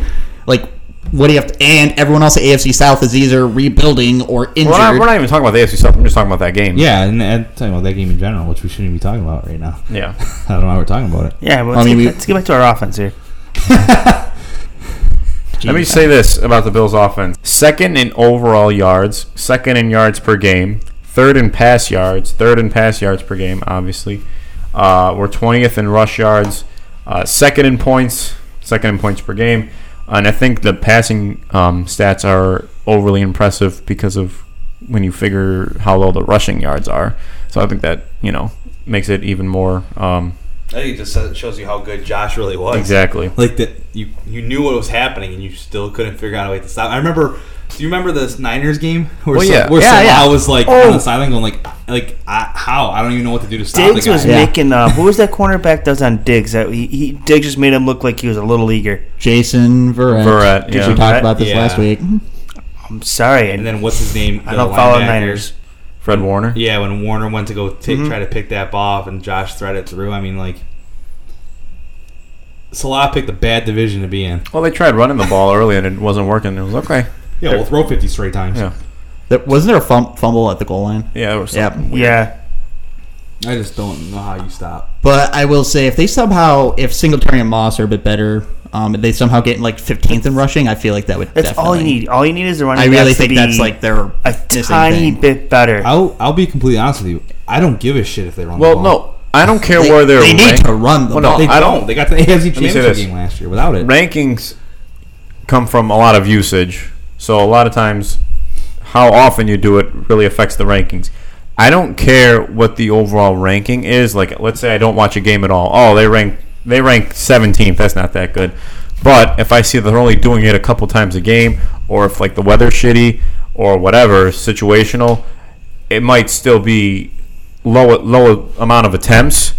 Speaker 5: Like, what do you have? To, and everyone else at AFC South is either rebuilding or injured.
Speaker 3: We're not, we're not even talking about the AFC stuff. I'm just talking about that game.
Speaker 4: Yeah, and, and talking about that game in general, which we shouldn't be talking about right now.
Speaker 3: yeah.
Speaker 4: I don't know why we're talking about it.
Speaker 6: Yeah, well,
Speaker 5: I
Speaker 6: let's,
Speaker 5: mean,
Speaker 6: get,
Speaker 5: we-
Speaker 6: let's get back to our offense here.
Speaker 3: Let me say this about the Bills' offense: second in overall yards, second in yards per game, third in pass yards, third in pass yards per game. Obviously, uh, we're twentieth in rush yards, uh, second in points, second in points per game, and I think the passing um, stats are overly impressive because of when you figure how low the rushing yards are. So I think that you know makes it even more um,
Speaker 4: I think it just says- shows you how good Josh really was.
Speaker 3: exactly.
Speaker 4: Like that, you you knew what was happening, and you still couldn't figure out a way to stop. I remember. Do you remember this Niners game where,
Speaker 3: Well,
Speaker 4: Sa-
Speaker 3: yeah.
Speaker 4: where
Speaker 3: Yeah,
Speaker 4: Salah
Speaker 3: yeah.
Speaker 4: was like
Speaker 6: Oh.
Speaker 4: on the sideline going like like I, how I don't even know what to do to stop
Speaker 6: Diggs
Speaker 4: the guy.
Speaker 6: was
Speaker 5: Yeah.
Speaker 6: making. Uh, who was that cornerback that was on Diggs? That he, he Diggs just made him look like he was a little eager.
Speaker 5: Jason Verrett.
Speaker 3: Verrett,
Speaker 5: Did
Speaker 3: yeah.
Speaker 5: you talk about this
Speaker 4: Yeah.
Speaker 5: last week?
Speaker 6: I'm sorry, and
Speaker 4: And then what's his name?
Speaker 6: I
Speaker 4: the
Speaker 6: don't follow
Speaker 4: linebacker?
Speaker 6: Niners.
Speaker 3: Fred Warner.
Speaker 4: Yeah, when Warner went to go take,
Speaker 5: Mm-hmm.
Speaker 4: try to pick that ball off, and Josh threaded through. I mean, like Salah picked a bad division to be in.
Speaker 3: Well, they tried running the ball early and it wasn't working. It was okay.
Speaker 4: Yeah, we'll throw fifty straight times.
Speaker 3: Yeah.
Speaker 5: There, wasn't there a fum- fumble at the goal line?
Speaker 3: Yeah, there was
Speaker 5: Yeah.
Speaker 6: Yeah,
Speaker 4: I just don't know how you stop.
Speaker 5: But I will say, if they somehow, if Singletary and Moss are a bit better, um, if they somehow get like 15th in rushing, I feel like that would.
Speaker 6: that's all you
Speaker 5: definitely-
Speaker 6: need. All you need is the running.
Speaker 5: I really
Speaker 6: backs to
Speaker 5: think
Speaker 6: be
Speaker 5: that's like their
Speaker 6: a
Speaker 5: missing
Speaker 6: tiny
Speaker 5: thing.
Speaker 6: bit better.
Speaker 4: I'll I'll be completely honest with you. I don't give a shit if they run. the
Speaker 3: Well,
Speaker 4: ball.
Speaker 3: no, I don't care
Speaker 5: They-
Speaker 3: where they're.
Speaker 5: they need
Speaker 3: ranked.
Speaker 5: to run the
Speaker 3: Well, no,
Speaker 5: ball.
Speaker 4: They
Speaker 3: I
Speaker 4: don't.
Speaker 3: don't.
Speaker 4: They got the AFC
Speaker 3: me say
Speaker 4: Championship
Speaker 3: this.
Speaker 4: game last year without it.
Speaker 3: Rankings come from a lot of usage, so a lot of times, how often you do it really affects the rankings. I don't care what the overall ranking is. Like, let's say I don't watch a game at all. Oh, they rank they rank 17th. That's not that good. But if I see they're only doing it a couple times a game, or if like the weather's shitty or whatever situational, it might still be low low amount of attempts.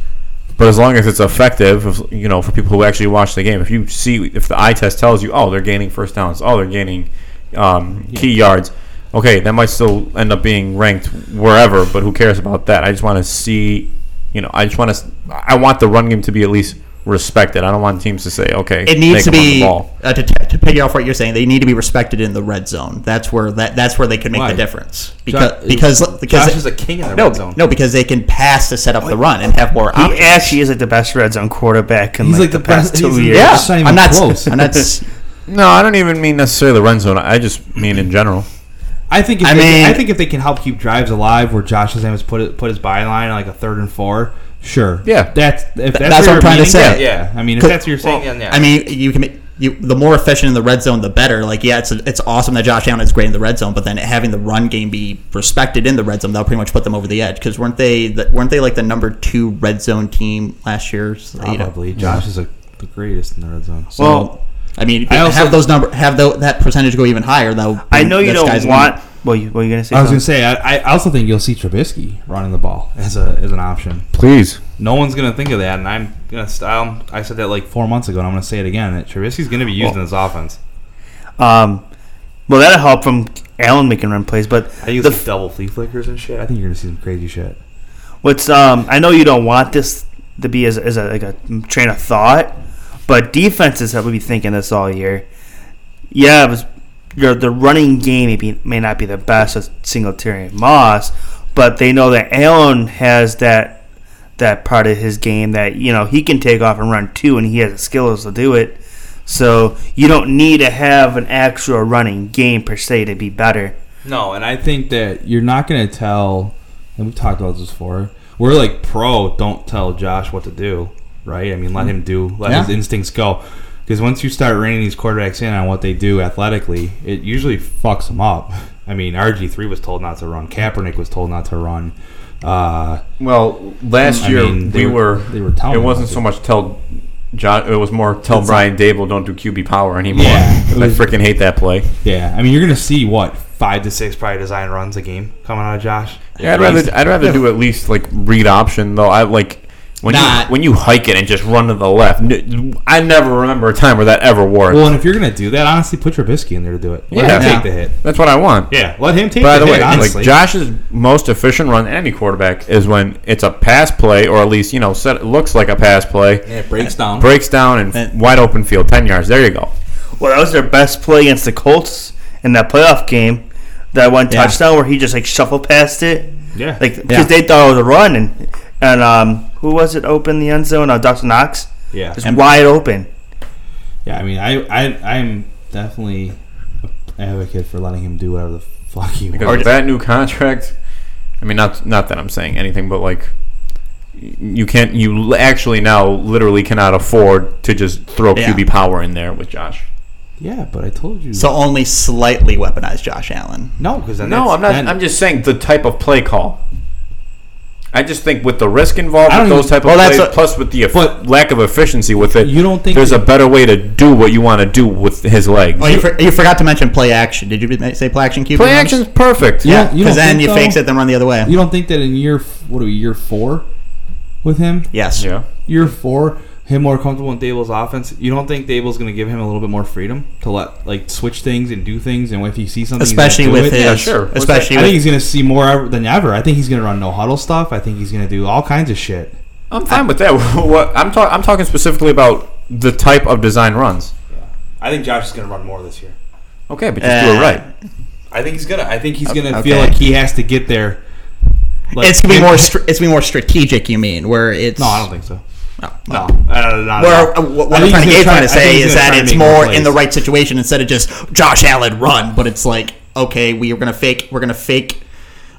Speaker 3: But as long as it's effective, if, you know, for people who actually watch the game, if you see, if the eye test tells you, oh, they're gaining first downs, oh, they're gaining um, key yards, okay, that might still end up being ranked wherever. But who cares about that? I just want to see, you know, I just want to, I want the run game to be at least respected. I don't want teams to say, okay,
Speaker 5: It needs
Speaker 3: make
Speaker 5: to
Speaker 3: them run the
Speaker 5: be
Speaker 3: ball.
Speaker 5: uh, to, to piggy off what you're saying. They need to be respected in the red zone. That's where that that's where they can make
Speaker 4: Why?
Speaker 5: the difference because because because
Speaker 4: Josh
Speaker 5: they-
Speaker 4: is a king in the
Speaker 5: no
Speaker 4: red zone.
Speaker 5: no because they can pass to set up the run and have more
Speaker 6: he
Speaker 5: options.
Speaker 6: actually is like the best red zone quarterback in
Speaker 4: He's
Speaker 6: like,
Speaker 4: like
Speaker 6: the,
Speaker 4: the
Speaker 6: past
Speaker 4: best-
Speaker 6: two
Speaker 4: he's-
Speaker 6: years.
Speaker 5: yeah,
Speaker 4: It's not even
Speaker 5: I'm not
Speaker 4: close.
Speaker 5: I'm not. s-
Speaker 3: No, I don't even mean necessarily the run zone. I just mean in general.
Speaker 4: I think if
Speaker 5: I
Speaker 4: they,
Speaker 5: mean-
Speaker 4: I think if they can help keep drives alive, where Josh has put it, put his byline like a third and four. Sure.
Speaker 3: Yeah.
Speaker 4: That's if that's,
Speaker 5: that's what
Speaker 4: you're
Speaker 5: I'm trying to
Speaker 4: meaning,
Speaker 5: say.
Speaker 4: Yeah. yeah. I mean, if
Speaker 5: Could-
Speaker 4: that's what you're saying, then yeah.
Speaker 5: I mean, you can. make- You, the more efficient in the red zone, the better. Like, yeah, it's it's awesome that Josh Allen is great in the red zone, but then having the run game be respected in the red zone, that'll pretty much put them over the edge. Because weren't they the, weren't they like the number two red zone team last year? So, you know.
Speaker 4: probably Josh is a, the greatest in the red zone. So
Speaker 5: Well, I mean,
Speaker 4: I also-
Speaker 5: have those number, have tho- that percentage go even higher. Though
Speaker 6: I know you
Speaker 5: this guy's
Speaker 6: don't
Speaker 5: winning.
Speaker 6: want. Well, you, what were you gonna say?
Speaker 4: I was
Speaker 6: Tom?
Speaker 4: gonna say I, I also think you'll see Trubisky running the ball as a as an option.
Speaker 3: Please.
Speaker 4: No one's gonna think of that, and I'm gonna. St- um, I said that like four months ago, and I'm gonna say it again. That Trubisky's gonna be used in this offense.
Speaker 6: Um, well, that'll help from Allen making run plays, but
Speaker 4: I use
Speaker 6: the
Speaker 4: like double flea flickers and shit. I think you're gonna see some crazy shit.
Speaker 6: What's um? I know you don't want this to be as, as a, like a train of thought, but defenses have been thinking this all year. Yeah, it was, your the running game may, be, may not be the best with Singletary and Moss, but they know that Allen has that that part of his game that you know he can take off and run too, and he has the skills to do it. So you don't need to have an actual running game per se to be better.
Speaker 4: No, and I think that you're not going to tell, and we've talked about this before. We're like pro, don't tell Josh what to do, right? I mean, let him do, let his
Speaker 5: Yeah.
Speaker 4: instincts go. Because once you start reining these quarterbacks in on what they do athletically, it usually fucks them up. I mean, RG3 was told not to run, Kaepernick was told not to run. Uh,
Speaker 3: Well, last
Speaker 4: I
Speaker 3: year
Speaker 4: mean, they
Speaker 3: we
Speaker 4: were-
Speaker 3: were,
Speaker 4: they were telling
Speaker 3: it
Speaker 4: him
Speaker 3: wasn't
Speaker 4: what
Speaker 3: so much tell John. It was more tell
Speaker 4: It's
Speaker 3: Brian Dable don't do QB power anymore.
Speaker 4: Yeah.
Speaker 3: I freaking hate that play.
Speaker 4: yeah, I mean, you're going to see what, five to six probably design runs a game coming out of Josh?
Speaker 3: Yeah, I'd rather I'd rather do at least like read option though. I like when
Speaker 5: Not-
Speaker 3: you when you hike it and just run to the left. N- I never remember a time where that ever worked.
Speaker 4: Well, and if you're going to do that, honestly, put Trubisky in there to do it. Let
Speaker 3: Yeah.
Speaker 4: him take the hit.
Speaker 3: That's what I want.
Speaker 4: Yeah, let him take
Speaker 3: By
Speaker 4: the,
Speaker 3: the way,
Speaker 4: hit, honestly.
Speaker 3: like Josh's most efficient run any quarterback is when it's a pass play or at least you know set, looks like a pass play,
Speaker 4: yeah, it breaks down.
Speaker 3: breaks down and
Speaker 5: And-
Speaker 3: wide open field, ten yards. There you go.
Speaker 6: Well, that was their best play against the Colts in that playoff game. That one
Speaker 5: Yeah.
Speaker 6: touchdown where he just like shuffled past it,
Speaker 4: Yeah.
Speaker 6: like because
Speaker 5: Yeah.
Speaker 6: they thought it was a run, and and um, who was it open the end zone? Uh, Dawson Knox,
Speaker 4: yeah.
Speaker 6: just wide open.
Speaker 4: Yeah, I mean, I, I, I'm definitely an advocate for letting him do whatever the fuck he
Speaker 3: Because
Speaker 4: wants.
Speaker 3: with that new contract, I mean, not not that I'm saying anything, but like, y- you can't. You l- actually now literally cannot afford to just throw
Speaker 5: Yeah.
Speaker 3: QB power in there with Josh.
Speaker 4: Yeah, but I told you.
Speaker 5: So only slightly weaponized Josh Allen.
Speaker 4: no, because then
Speaker 3: No,
Speaker 4: that's-
Speaker 3: I'm not.
Speaker 4: then-
Speaker 3: I'm just saying the type of play call. I just think with the risk involved
Speaker 4: I
Speaker 3: with
Speaker 4: don't
Speaker 3: those
Speaker 4: even-
Speaker 3: type of
Speaker 4: well, that's
Speaker 3: plays,
Speaker 4: a-
Speaker 3: plus with the eff-
Speaker 4: but-
Speaker 3: lack of efficiency with it,
Speaker 4: You don't think
Speaker 3: there's
Speaker 4: that-
Speaker 3: a better way to do what you want to do with his legs.
Speaker 5: Oh, you, for, you forgot to mention play action. Did you say play action QB?
Speaker 3: play
Speaker 5: runs?
Speaker 3: action's perfect.
Speaker 4: You
Speaker 5: Yeah,
Speaker 4: don't- you
Speaker 5: because
Speaker 4: don't
Speaker 5: then
Speaker 4: think
Speaker 5: you
Speaker 4: so?
Speaker 5: fakes it, then run the other way.
Speaker 4: You don't think that in year f- what are we year four with him?
Speaker 5: yes.
Speaker 3: Yeah.
Speaker 4: Year four, him more comfortable in Dable's offense. You don't think Dable's going to give him a little bit more freedom to let like switch things and do things, and if he sees something, he's gonna
Speaker 5: Especially
Speaker 4: do
Speaker 5: with
Speaker 4: it.
Speaker 5: his,
Speaker 3: Yeah, sure. What's
Speaker 5: especially
Speaker 4: I think
Speaker 5: with,
Speaker 4: he's going to see more ever- than ever. I think he's going to run no huddle stuff. I think he's going to do all kinds of shit.
Speaker 3: I'm fine with that. what I'm talking, I'm talking specifically about the type of design runs.
Speaker 4: I think Josh is going to run more this year.
Speaker 3: Okay, but just do it
Speaker 5: Uh,
Speaker 3: right.
Speaker 4: I think he's gonna. I think he's gonna
Speaker 5: Okay.
Speaker 4: feel like he has to get there. Like,
Speaker 5: it's gonna be
Speaker 4: if-
Speaker 5: more. Str- it's gonna be more strategic. You mean where it's
Speaker 4: No, I don't think so.
Speaker 5: Oh,
Speaker 4: No, uh, not at all.
Speaker 5: Where, uh, what
Speaker 4: I
Speaker 5: what I'm
Speaker 4: think
Speaker 5: trying to,
Speaker 4: he's
Speaker 5: get- trying to
Speaker 4: gonna try- I think
Speaker 5: say
Speaker 4: he's
Speaker 5: is
Speaker 4: gonna
Speaker 5: that
Speaker 4: try to
Speaker 5: it's
Speaker 4: make more
Speaker 5: more in the
Speaker 4: plays.
Speaker 5: right situation instead of just Josh Allen run, but it's like okay, we are gonna fake, we're gonna fake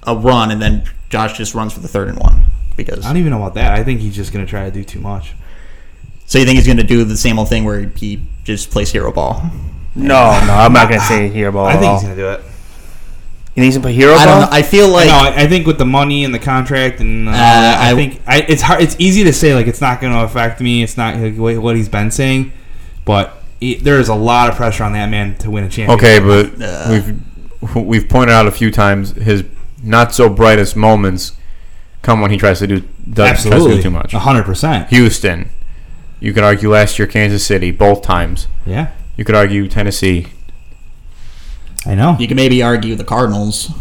Speaker 5: a run, and then Josh just runs for the third and one because.
Speaker 4: I don't even know about that. I think he's just gonna try to do too much.
Speaker 5: So you think he's gonna do the same old thing where he just plays hero ball?
Speaker 6: No, no, I'm not gonna say hero ball.
Speaker 4: I
Speaker 6: at
Speaker 4: think
Speaker 6: all.
Speaker 4: he's gonna do it.
Speaker 6: You think he's gonna put hero
Speaker 5: I
Speaker 6: ball?
Speaker 5: don't know. I feel like
Speaker 4: no, I, I think with the money and the contract and uh, all that, I,
Speaker 5: I-
Speaker 4: think I, it's hard. It's easy to say like it's not gonna affect me. It's not like, what what he's been saying, but he, there is a lot of pressure on that man to win a
Speaker 3: Okay,
Speaker 4: championship.
Speaker 3: but
Speaker 5: uh,
Speaker 3: we've we've pointed out a few times his not so brightest moments come when he tries to do does, tries to
Speaker 4: absolutely,
Speaker 3: do too much.
Speaker 4: hundred percent.
Speaker 3: Houston, you could argue last year Kansas City both times.
Speaker 4: Yeah,
Speaker 3: You could argue Tennessee.
Speaker 4: I know.
Speaker 5: you can maybe argue the Cardinals.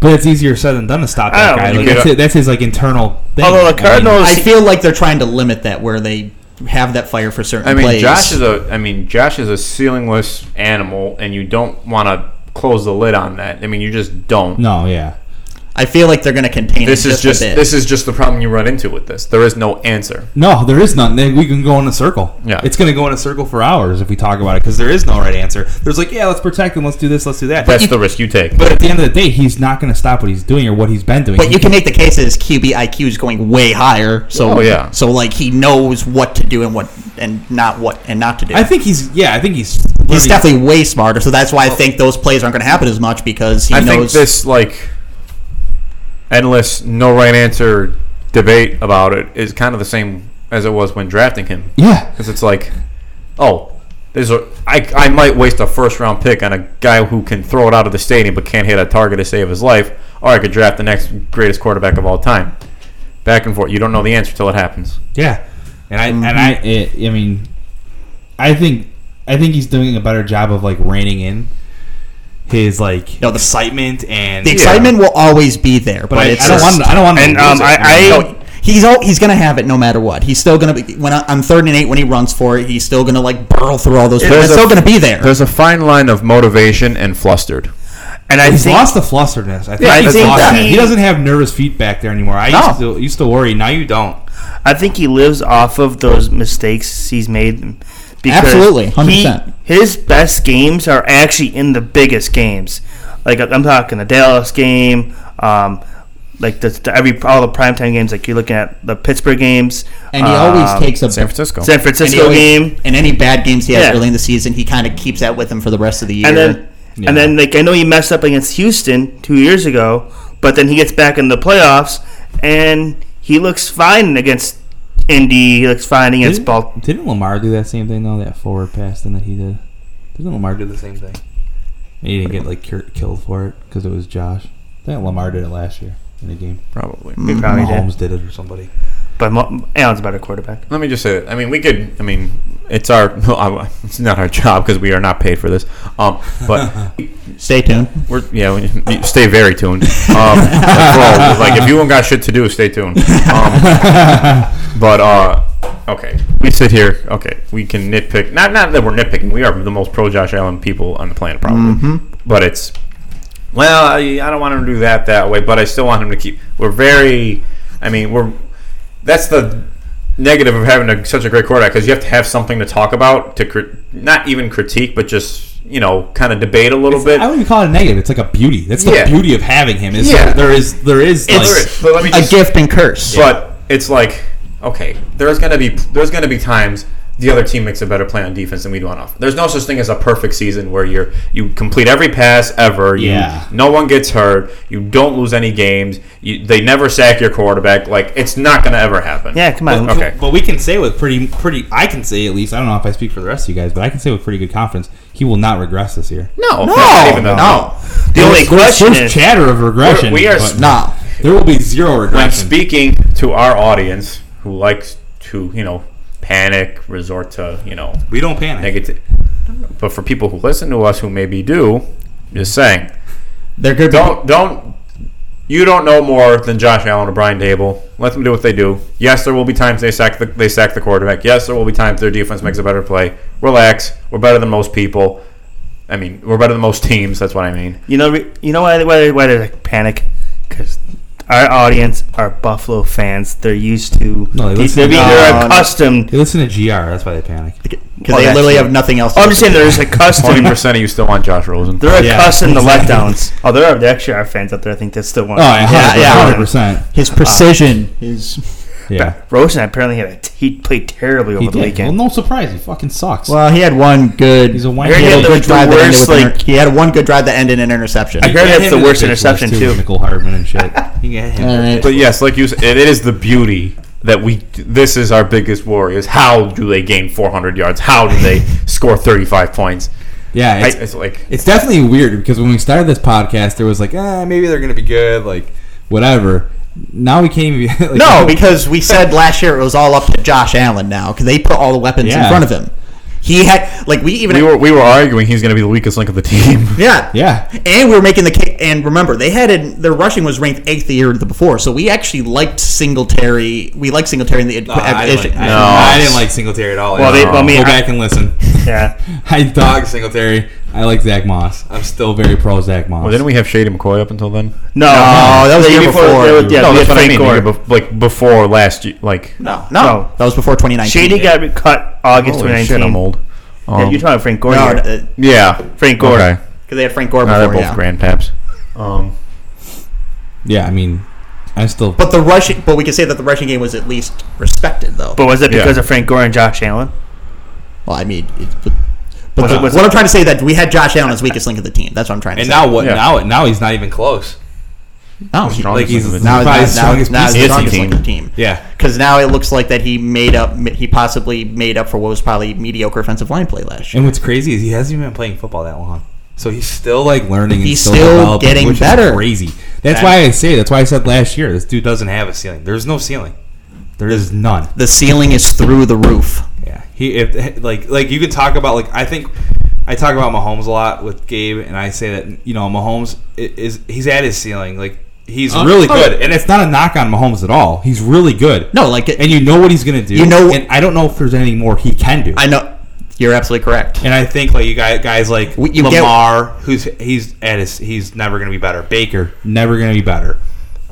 Speaker 4: But it's easier said than done to stop that
Speaker 6: Oh,
Speaker 4: guy.
Speaker 6: you
Speaker 4: Like,
Speaker 3: get
Speaker 4: that's,
Speaker 3: a-
Speaker 4: it, that's his like internal. thing.
Speaker 6: Although
Speaker 4: I
Speaker 6: the
Speaker 4: mean,
Speaker 6: Cardinals,
Speaker 5: I feel like they're trying to limit that where they have that fire for certain
Speaker 3: I mean,
Speaker 5: plays.
Speaker 3: Josh is a I mean Josh is a ceilingless animal, and you don't want to close the lid on that. I mean, you just don't.
Speaker 4: no, yeah.
Speaker 5: I feel like they're going to contain
Speaker 3: This
Speaker 5: it
Speaker 3: is just
Speaker 5: a bit.
Speaker 3: this is just the problem you run into with this. There is no answer.
Speaker 4: No, there is none. Then we can go in a circle.
Speaker 3: Yeah.
Speaker 4: it's going to go in a circle for hours if we talk about it because there is no right answer. There's like, yeah, let's protect him, let's do this, let's do that.
Speaker 3: That's the risk you take.
Speaker 4: but at the end of the day, he's not going to stop what he's doing or what he's been doing.
Speaker 5: but you can make the case that his QB IQ is going way higher. So
Speaker 3: Oh, yeah.
Speaker 5: So like he knows what to do and what and not what and not to do.
Speaker 4: I think he's. Yeah, I think he's.
Speaker 5: He's
Speaker 4: learning-
Speaker 5: definitely way smarter. So that's why I think those plays aren't going to happen as much because he
Speaker 3: I think
Speaker 5: knows.
Speaker 3: this like endless no right answer debate about it is kind of the same as it was when drafting him
Speaker 4: Yeah,
Speaker 3: because it's like, oh, there's a I I might waste a first round pick on a guy who can throw it out of the stadium but can't hit a target to save his life, or I could draft the next greatest quarterback of all time. Back and forth. You don't know the answer till it happens.
Speaker 4: yeah, and I and I. It, I mean, I think I think he's doing a better job of like reining in his like
Speaker 5: No, the-
Speaker 4: excitement and
Speaker 5: the excitement will always be there, but,
Speaker 4: But I,
Speaker 5: it's
Speaker 4: I don't
Speaker 5: just,
Speaker 4: want. I don't want.
Speaker 6: And, um, I- I-
Speaker 5: No, he's al- he's gonna have it no matter what. He's still gonna be when I, on third and eight when he runs for it. He's still gonna like burl through all those. It's
Speaker 3: There's
Speaker 5: still
Speaker 3: a-
Speaker 5: gonna be there.
Speaker 3: There's a fine line of motivation and flustered.
Speaker 6: And I
Speaker 4: He's
Speaker 6: think
Speaker 4: lost the flusterness. I think
Speaker 6: Yeah, I
Speaker 4: he's
Speaker 6: think
Speaker 4: lost
Speaker 6: that-
Speaker 4: that. He doesn't have nervous feet back there anymore. I used to used to worry. Now you don't.
Speaker 6: I think he lives off of those mistakes he's made. Because
Speaker 5: Absolutely,
Speaker 6: he-
Speaker 5: 100%.
Speaker 6: his best games are actually in the biggest games. Like I'm talking the Dallas game, um, like the, the every all the primetime games. Like you're looking at the Pittsburgh games,
Speaker 5: And he always
Speaker 6: um,
Speaker 5: takes a
Speaker 3: San Francisco.
Speaker 6: San
Speaker 5: and he
Speaker 6: Francisco
Speaker 5: always-
Speaker 6: game,
Speaker 5: and any bad games he has
Speaker 6: Yeah.
Speaker 5: early in the season, he kind of keeps that with him for the rest of the year.
Speaker 6: and then and then like I know he messed up against Houston two years ago, but then he gets back in the playoffs and he looks fine against Indy. He looks fine against
Speaker 4: Didn't,
Speaker 6: Bal-
Speaker 4: didn't Lamar do that same thing though? That forward pass thing that he did. Didn't Lamar do the same thing? And he didn't get like cur- killed for it because it was Josh. I think Lamar did it last year in the game.
Speaker 3: probably.
Speaker 5: Mm,
Speaker 6: He probably did.
Speaker 4: Mahomes did it or somebody.
Speaker 6: But Mo- Allen's a better quarterback.
Speaker 3: Let me just say, I mean, we could. I mean, it's our. It's not our job because we are not paid for this. Um, but
Speaker 5: Stay tuned.
Speaker 3: we're yeah. We, stay very tuned. Um, bro, like if you don't got shit to do, stay tuned. Um, but uh, okay, we sit here. Okay, we can nitpick. Not not that we're nitpicking. We are the most pro Josh Allen people on the planet, probably. But it's well, I, I don't want him to do that that way, but I still want him to keep. We're very. I mean, we're. That's the negative of having a, such a great quarterback because you have to have something to talk about to crit, not even critique, but just you know, kind of debate a little bit.
Speaker 4: I wouldn't even call it a negative. It's like a beauty. That's the
Speaker 3: Yeah.
Speaker 4: beauty of having him. Is
Speaker 3: Yeah.
Speaker 4: there is there is
Speaker 3: But
Speaker 4: like
Speaker 3: there is- but let me
Speaker 5: A
Speaker 3: just-
Speaker 5: gift and curse.
Speaker 3: But it's like okay, there's gonna be there's gonna be times the other team makes a better play on defense than we do on offense. There's no such thing as a perfect season where you're you complete every pass ever. You,
Speaker 4: Yeah.
Speaker 3: No one gets hurt. You don't lose any games. You, they never sack your quarterback. Like it's not gonna ever happen.
Speaker 6: Yeah, come on.
Speaker 3: But- Okay.
Speaker 4: But we can say with pretty pretty. I can say at least. I don't know if I speak for the rest of you guys, but I can say with pretty good confidence he will not regress this year.
Speaker 3: No. not even though-
Speaker 5: Oh.
Speaker 6: The only question is,
Speaker 4: there's chatter of regression.
Speaker 3: We are-
Speaker 4: but
Speaker 5: Nah.
Speaker 4: There will be zero
Speaker 3: When
Speaker 4: regression.
Speaker 3: speaking to our audience who likes to you know panic, resort to you know
Speaker 4: we don't panic.
Speaker 3: negative. But for people who listen to us who maybe do, just saying.
Speaker 5: They're good.
Speaker 3: Don't don't you don't know more than Josh Allen or Brian Dable. Let them do what they do. Yes, there will be times they sack the they sack the quarterback. Yes, there will be times their defense makes a better play. Relax. We're better than most people. I mean, we're better than most teams. That's what I mean.
Speaker 6: you know, re- you know why why why there's like panic? Because our audience are Buffalo fans. They're used to.
Speaker 4: No, they
Speaker 6: they
Speaker 4: listen
Speaker 6: are
Speaker 4: to-
Speaker 6: they're
Speaker 5: No, no.
Speaker 6: accustomed.
Speaker 4: They listen to GR. That's why they panic.
Speaker 5: because
Speaker 6: Well,
Speaker 5: they Oh,
Speaker 6: yeah.
Speaker 5: literally have nothing else. to
Speaker 6: oh, I'm just
Speaker 5: do.
Speaker 6: saying they're just
Speaker 3: Twenty
Speaker 6: accustomed.
Speaker 3: percent of you still want Josh Rosen.
Speaker 6: They're
Speaker 4: Yeah,
Speaker 6: accustomed to
Speaker 4: exactly.
Speaker 6: letdowns. Oh, there are there actually are fans out there. I think that still want.
Speaker 4: Oh yeah,
Speaker 5: yeah,
Speaker 4: yeah, hundred percent.
Speaker 5: his precision is.
Speaker 4: Yeah.
Speaker 6: Rosen apparently had a t- he played terribly over
Speaker 4: He
Speaker 6: the
Speaker 4: did. Well,
Speaker 6: weekend.
Speaker 4: no surprise. He fucking sucks.
Speaker 5: Well, he had one good.
Speaker 4: He's a
Speaker 5: he
Speaker 4: wanker.
Speaker 5: had a
Speaker 6: Yeah,
Speaker 5: good
Speaker 6: the
Speaker 5: drive that ended
Speaker 6: worst,
Speaker 5: with an
Speaker 6: like-
Speaker 5: inter- He had one good drive that ended in an interception.
Speaker 6: I heard
Speaker 4: Yeah,
Speaker 6: that's
Speaker 4: him
Speaker 6: the
Speaker 4: and
Speaker 6: worst
Speaker 4: bitch
Speaker 6: interception
Speaker 4: list,
Speaker 6: too.
Speaker 4: Nicole Hardman and shit. you get him.
Speaker 5: And
Speaker 3: But
Speaker 5: it-
Speaker 3: yes, like you said, it is the beauty that we. This is our biggest worry: is how do they gain 400 yards? How do they score 35 points?
Speaker 4: Yeah,
Speaker 3: I,
Speaker 4: it's,
Speaker 3: it's like
Speaker 4: it's definitely weird because when we started this podcast, there was like, ah, maybe they're gonna be good, like whatever. Now we can't even. Like,
Speaker 5: no, because we said last year it was all up to Josh Allen now because they put all the weapons in
Speaker 4: Yeah.
Speaker 5: front of him. He had like we even
Speaker 3: we were we were arguing he's going to be the weakest link of the team.
Speaker 5: yeah
Speaker 4: yeah,
Speaker 5: And we were making the case. And remember, they had in, their rushing was ranked eighth the year before, so we actually liked Singletary. We liked Singletary in the
Speaker 4: No, I, didn't like, I,
Speaker 3: No.
Speaker 4: I didn't like Singletary at all.
Speaker 6: Well, they- well, I mean,
Speaker 4: go
Speaker 6: I-
Speaker 4: back and listen.
Speaker 6: Yeah,
Speaker 4: I dog Singletary. I like Zach Moss. I'm still very pro Zach Moss.
Speaker 3: Well, didn't we have Shady McCoy up until then?
Speaker 6: no,
Speaker 3: Oh,
Speaker 5: that was the year before.
Speaker 6: they were- yeah,
Speaker 3: no,
Speaker 6: we
Speaker 3: that's
Speaker 6: had
Speaker 3: what I
Speaker 6: Frank
Speaker 3: mean.
Speaker 6: Gore.
Speaker 3: Like, bef- like before last year, like
Speaker 5: no, no,
Speaker 6: No.
Speaker 5: that was before 2019.
Speaker 6: Shady got re- cut August
Speaker 3: holy
Speaker 6: 2019.
Speaker 3: shit, I'm old. Um,
Speaker 6: Yeah, you're talking about Frank Gore.
Speaker 5: no,
Speaker 6: here.
Speaker 5: because
Speaker 3: yeah,
Speaker 6: Frank Gore.
Speaker 3: Okay,
Speaker 5: Uh, they had Frank Gore
Speaker 3: Now they're
Speaker 5: before.
Speaker 3: both
Speaker 5: yeah.
Speaker 3: grandpaps. Um,
Speaker 4: Yeah, I mean, I still.
Speaker 5: But the rushing, but we could say that the rushing game was at least respected, though.
Speaker 6: But was it because
Speaker 3: Yeah.
Speaker 6: of Frank Gore and Josh Allen?
Speaker 5: well, I mean, it, but, but
Speaker 6: Was
Speaker 5: the-
Speaker 6: it- was
Speaker 5: what
Speaker 6: it-
Speaker 5: I'm trying to say that we had Josh Allen as weakest link of the team. That's what I'm trying to
Speaker 4: and
Speaker 5: say.
Speaker 4: now what?
Speaker 3: Yeah.
Speaker 4: Now now he's not even close.
Speaker 5: Now, no, he-
Speaker 3: strong.
Speaker 4: Like he's
Speaker 3: Now-
Speaker 4: now,
Speaker 5: now,
Speaker 4: probably his
Speaker 5: now,
Speaker 4: strongest
Speaker 5: now he's
Speaker 4: piece.
Speaker 5: the
Speaker 3: is the
Speaker 5: strongest
Speaker 3: team.
Speaker 5: link of the team.
Speaker 4: Yeah,
Speaker 5: Because now it looks like that he made up. He possibly made up for what was probably mediocre offensive line play last year.
Speaker 4: and what's crazy is he hasn't even been playing football that long, so he's still like learning.
Speaker 5: He's
Speaker 4: and
Speaker 5: still
Speaker 4: developing,
Speaker 5: getting
Speaker 4: which is
Speaker 5: better.
Speaker 4: crazy. That's why I say. That's why I said last year this dude doesn't have a ceiling. There's no ceiling. There is none.
Speaker 5: The ceiling is through the roof.
Speaker 4: Yeah, he if like like you could talk about like I think I talk about Mahomes a lot with Gabe, and I say that you know Mahomes i- is he's at his ceiling. Like he's really good, and it's not a knock on Mahomes at all. He's really good.
Speaker 5: No, like it,
Speaker 4: and you know what he's gonna do.
Speaker 5: You know-
Speaker 4: and I don't know if there's anything more he can do.
Speaker 5: I know. You're absolutely correct.
Speaker 4: And I think like you guys, guys like
Speaker 5: We- you get-
Speaker 4: Lamar, who's he's at his, he's never gonna be better. Baker never gonna be better.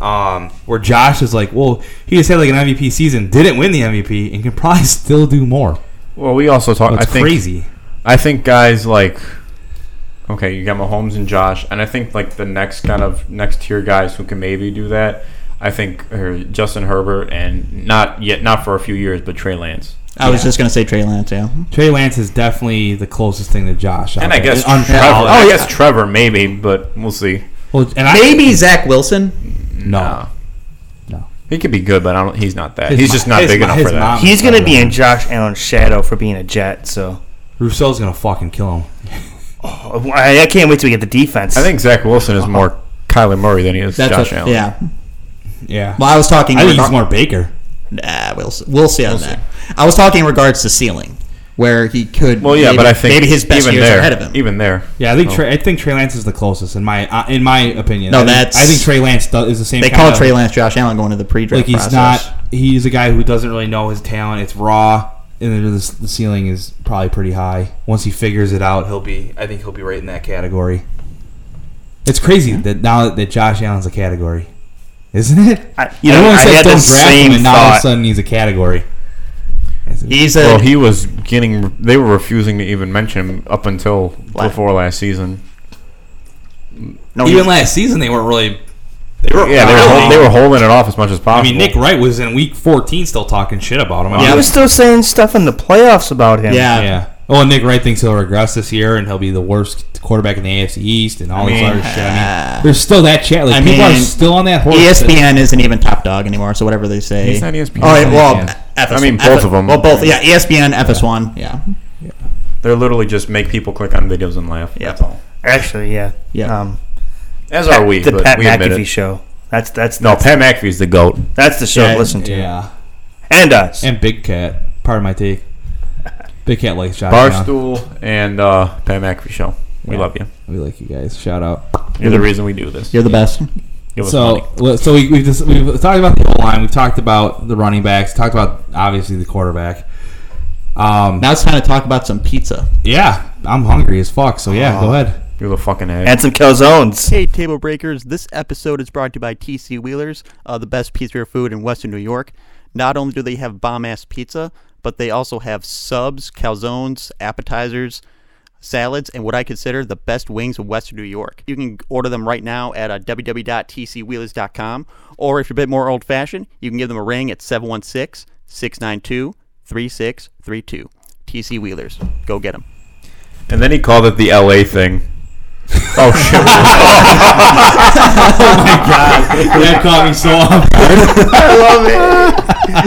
Speaker 4: Um, where Josh is like, well, he just had like an MVP season, didn't win the MVP, and can probably still do more.
Speaker 3: Well, we also talk.
Speaker 4: That's
Speaker 3: I think
Speaker 4: crazy.
Speaker 3: I think guys like okay, you got Mahomes and Josh, and I think like the next kind of next tier guys who can maybe do that. I think are Justin Herbert and not yet not for a few years, but Trey Lance.
Speaker 5: I was just gonna say Trey Lance. Yeah,
Speaker 4: Trey Lance is definitely the closest thing to Josh. out
Speaker 3: And I
Speaker 4: there.
Speaker 3: guess
Speaker 4: On
Speaker 3: Trevor.
Speaker 4: talent.
Speaker 3: Oh yes, Trevor maybe, but we'll see.
Speaker 4: Oh, Well, and I,
Speaker 5: maybe Zach Wilson.
Speaker 4: no.
Speaker 3: He could be good, but I don't, he's not that.
Speaker 4: His
Speaker 3: he's
Speaker 4: mo-
Speaker 3: just not
Speaker 4: his
Speaker 3: big
Speaker 4: mo-
Speaker 3: enough
Speaker 4: his
Speaker 3: for that.
Speaker 4: mom-
Speaker 6: He's gonna be in Josh Allen's shadow for being a Jet. So
Speaker 4: Rousseau's gonna fucking kill him.
Speaker 6: Oh, I, I can't wait till we get the defense.
Speaker 3: I think Zach Wilson is more Kyler Murray than he is
Speaker 5: That's
Speaker 3: Josh
Speaker 5: what,
Speaker 3: Allen.
Speaker 5: Yeah.
Speaker 4: Yeah,
Speaker 5: Well, I was talking.
Speaker 4: I think
Speaker 5: regar-
Speaker 4: he's more Baker.
Speaker 5: Nah, we'll s- we'll see on that. I was talking in regards to ceiling, where he could.
Speaker 3: Well, yeah,
Speaker 5: maybe,
Speaker 3: but I think
Speaker 5: maybe his best
Speaker 3: even
Speaker 5: years
Speaker 3: there,
Speaker 5: are ahead of him.
Speaker 3: Even there,
Speaker 4: Yeah, I think Trey, I think Trey Lance is the closest in my uh, in my opinion.
Speaker 5: No,
Speaker 4: I think,
Speaker 5: that's-
Speaker 4: I think Trey Lance does, is the same.
Speaker 5: they
Speaker 4: kind
Speaker 5: called
Speaker 4: of-
Speaker 5: Trey Lance Josh Allen going to the pre-draft.
Speaker 4: like he's
Speaker 5: process.
Speaker 4: not. He's a guy who doesn't really know his talent. It's raw, and then the, the ceiling is probably pretty high. Once he figures it out, he'll be. I think he'll be right in that category. It's crazy that now that Josh Allen's a category, isn't it?
Speaker 6: I- you know,
Speaker 4: Everyone
Speaker 6: I
Speaker 4: says
Speaker 6: had the
Speaker 4: don't draft
Speaker 6: same
Speaker 4: and now all of a
Speaker 6: thought.
Speaker 4: sudden he's a category.
Speaker 5: He's a.
Speaker 3: well, he was getting. They were refusing to even mention him up until
Speaker 5: Last-
Speaker 3: before last season.
Speaker 5: no, he-
Speaker 4: Even last season, they weren't really. They were,
Speaker 3: Yeah, they were,
Speaker 4: really-
Speaker 3: hol- they were holding it off as much as
Speaker 4: I
Speaker 3: possible.
Speaker 4: mean, Nick Wright was in week 14 still talking shit about him. I
Speaker 6: He
Speaker 4: mean,
Speaker 6: was still saying stuff in the playoffs about him.
Speaker 5: yeah.
Speaker 4: uh, Yeah. Oh, and Nick Wright thinks he'll regress this year and he'll be the worst quarterback in the AFC East and all this
Speaker 3: mean,
Speaker 4: other shit. I mean, there's still that chat. Like,
Speaker 5: I
Speaker 4: people
Speaker 5: mean,
Speaker 4: are still on that horse.
Speaker 5: E ESPN isn't even top dog anymore, so whatever they say.
Speaker 3: He's not E ESPN.
Speaker 6: Oh,
Speaker 5: All right, well,
Speaker 4: Yeah.
Speaker 5: FS1,
Speaker 3: I mean, both of them.
Speaker 5: Well, both. Yeah, E ESPN, FS1. Yeah.
Speaker 3: They're literally just make people click on videos and laugh.
Speaker 5: Yeah.
Speaker 3: That's all.
Speaker 6: actually, yeah,
Speaker 5: Yeah.
Speaker 6: Um,
Speaker 3: As are we.
Speaker 6: the
Speaker 3: but
Speaker 6: Pat
Speaker 3: we admit
Speaker 6: McAfee
Speaker 3: it.
Speaker 6: show. That's that's
Speaker 3: No,
Speaker 6: that's,
Speaker 3: Pat McAfee's the goat.
Speaker 6: that's the show
Speaker 5: Yeah,
Speaker 6: to listen to.
Speaker 4: Yeah.
Speaker 6: And us.
Speaker 4: And Big Cat. Part of my take. Big Cat likes Josh. Allen.
Speaker 3: Barstool and uh, Pat McAfee show. We
Speaker 4: Yeah.
Speaker 3: love you.
Speaker 4: We like you guys. Shout out.
Speaker 3: You're the reason we do this.
Speaker 5: You're the best.
Speaker 3: Give us money.
Speaker 4: So, le- so we, we've just, we've talked about the whole line. We've talked about the running backs. Talked about obviously the quarterback. Um,
Speaker 5: Now it's time to talk about some pizza.
Speaker 4: yeah, I'm hungry as fuck. So yeah,
Speaker 6: Oh.
Speaker 4: go ahead.
Speaker 3: You're the fucking head.
Speaker 6: And some calzones.
Speaker 5: Hey, table breakers. This episode is brought to you by TC Wheelers, uh, the best pizza or food in Western New York. Not only do they have bomb ass pizza, but they also have subs, calzones, appetizers, salads, and what I consider the best wings of Western New York. You can order them right now at uh, www.tcwheelers.com, or if you're a bit more old fashioned, you can give them a ring at 716 692 3632. TC Wheelers. Go get them.
Speaker 3: And then he called it the LA thing. Oh shit!
Speaker 6: Oh
Speaker 4: that caught me so off.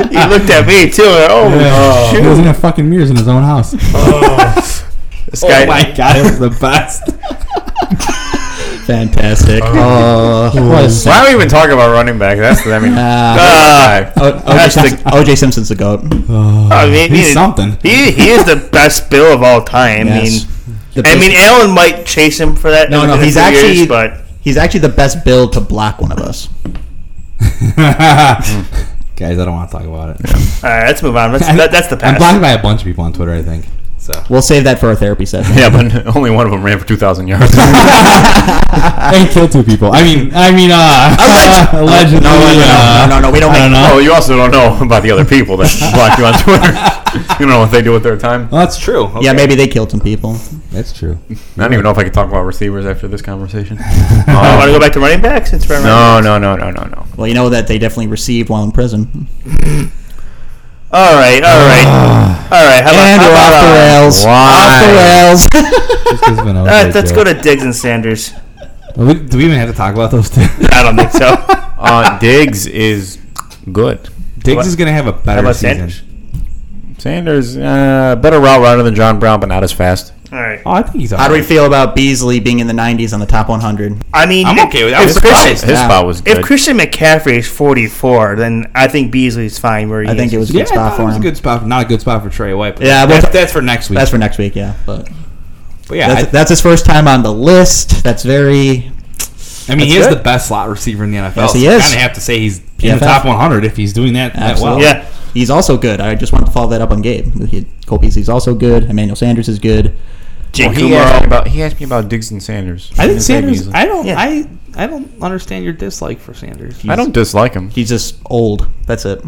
Speaker 6: he looked at me too. and, oh,
Speaker 4: Oh, He doesn't have fucking mirrors in his own house.
Speaker 3: This guy.
Speaker 4: god, it was the best.
Speaker 5: Fantastic.
Speaker 3: Uh,
Speaker 6: Oh,
Speaker 5: what a
Speaker 3: Why are we even talking about running back? That's I mean. Ah.
Speaker 5: OJ
Speaker 3: That's the-
Speaker 5: Simpson, OJ Simpson's the goat.
Speaker 6: I mean,
Speaker 4: He's
Speaker 6: he-
Speaker 4: something.
Speaker 6: He he is the best Bill of all time.
Speaker 5: Yes. The
Speaker 6: I mean, I
Speaker 5: best-
Speaker 6: mean, Allen might chase him for that.
Speaker 5: no,
Speaker 6: in a
Speaker 5: no,
Speaker 6: few
Speaker 5: he's actually
Speaker 6: years, but
Speaker 5: he's actually the best Bill to block one of us.
Speaker 4: Guys, I don't want to talk about it.
Speaker 6: all right, let's move on. Let's, that, that's the
Speaker 4: I'm
Speaker 6: past.
Speaker 4: blocked by a bunch of people on Twitter, I think. So
Speaker 5: We'll save that for our therapy session.
Speaker 3: Yeah, but only one of them ran for two thousand yards.
Speaker 4: I killed two people. I mean, I mean, uh,
Speaker 5: Alleg-
Speaker 4: allegedly.
Speaker 5: No, no, no,
Speaker 4: uh,
Speaker 5: no, no, no, we don't
Speaker 4: I don't
Speaker 5: make-
Speaker 4: know.
Speaker 3: oh, you also don't know about the other people that blocked you on Twitter. you don't know what they do with their time.
Speaker 4: Well, that's true.
Speaker 5: Yeah,
Speaker 4: Okay.
Speaker 5: maybe they killed some people.
Speaker 4: that's true.
Speaker 3: I don't even know if I can talk about receivers after this conversation.
Speaker 6: I want to
Speaker 3: Um,
Speaker 6: Oh, go back to running back since we're
Speaker 3: no, no, no, no, no, no.
Speaker 5: Well, you know that they definitely received while in prison.
Speaker 6: All right, all right, all right. How about,
Speaker 5: And
Speaker 6: how
Speaker 5: we're
Speaker 6: about,
Speaker 5: off the
Speaker 6: uh,
Speaker 5: rails.
Speaker 3: Why?
Speaker 5: Off the rails.
Speaker 4: Just 'cause of an
Speaker 6: all
Speaker 4: outside
Speaker 6: right, let's go
Speaker 4: joke.
Speaker 6: to Diggs and Sanders.
Speaker 4: We- Do we even have to talk about those two?
Speaker 6: I don't think so.
Speaker 3: Uh, Diggs is good.
Speaker 4: Diggs is gonna have a better
Speaker 6: about
Speaker 4: season.
Speaker 6: Sanders?
Speaker 3: Sanders, uh, better route runner than John Brown, but not as fast.
Speaker 6: All right.
Speaker 4: Oh, I think he's.
Speaker 5: How do we
Speaker 4: alright.
Speaker 5: feel about Beasley being in the 90s on the top 100?
Speaker 6: I mean,
Speaker 4: I'm
Speaker 6: if-
Speaker 4: okay with that. I
Speaker 6: If,
Speaker 4: was
Speaker 6: Christian,
Speaker 4: surprised.
Speaker 3: Ah, His
Speaker 5: Yeah.
Speaker 3: spot was good.
Speaker 6: if Christian McCaffrey is 44, then I think Beasley's fine where he
Speaker 5: I think
Speaker 6: is.
Speaker 5: it was a
Speaker 4: Yeah,
Speaker 5: good
Speaker 4: I
Speaker 5: spot
Speaker 4: thought it
Speaker 5: for
Speaker 4: was a
Speaker 5: him.
Speaker 4: good spot. For, not a good spot for Trey White. But
Speaker 5: Yeah, we'll
Speaker 4: that's,
Speaker 5: t-
Speaker 4: that's for next week.
Speaker 5: That's for next week, yeah. But
Speaker 4: but yeah, I-
Speaker 5: that's, that's his first time on the list. That's very
Speaker 4: I mean,
Speaker 5: That's
Speaker 4: he is
Speaker 5: good.
Speaker 4: the best slot receiver in the NFL.
Speaker 5: Yes, he
Speaker 4: so
Speaker 5: is.
Speaker 4: Kind of have to say he's in
Speaker 5: Yeah,
Speaker 4: the
Speaker 5: fact.
Speaker 4: top 100 if he's doing that, that well.
Speaker 5: Absolutely.
Speaker 6: Yeah.
Speaker 5: He's also good. I just wanted to follow that up on Gabe. He, Cole Beasley's also good. Emmanuel Sanders is good.
Speaker 6: Jake
Speaker 3: he,
Speaker 6: Kumaro.
Speaker 3: asked me about, he asked me about Diggs and Sanders.
Speaker 4: I think
Speaker 3: didn't say
Speaker 4: Sanders.
Speaker 3: Beasley.
Speaker 4: I don't.
Speaker 6: Yeah.
Speaker 4: I I don't understand your dislike for Sanders.
Speaker 3: I don't dislike him.
Speaker 5: He's just old. That's it.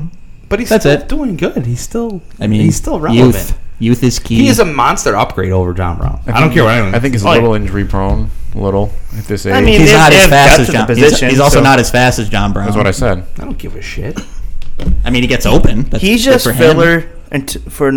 Speaker 4: But he's
Speaker 5: That's
Speaker 4: still
Speaker 5: it.
Speaker 4: doing good. He's still.
Speaker 5: I mean,
Speaker 4: he's still relevant.
Speaker 5: Youth, youth is key.
Speaker 4: He is a monster upgrade over John Brown. I, don't
Speaker 3: think-
Speaker 4: care what anyone.
Speaker 3: I think he's a
Speaker 6: Like-
Speaker 3: little injury prone. Little at this age.
Speaker 6: I mean-
Speaker 5: he's
Speaker 6: they-
Speaker 5: not
Speaker 6: they
Speaker 5: as
Speaker 6: have
Speaker 5: fast
Speaker 6: depth
Speaker 5: as
Speaker 6: in the
Speaker 5: John. he's,
Speaker 6: position,
Speaker 5: he's also
Speaker 6: so-
Speaker 5: not as fast as John Brown.
Speaker 3: that's what I said.
Speaker 4: I don't give a shit.
Speaker 5: I mean, he gets open. That's
Speaker 6: He's
Speaker 5: good
Speaker 6: just
Speaker 5: for him.
Speaker 6: filler and t- for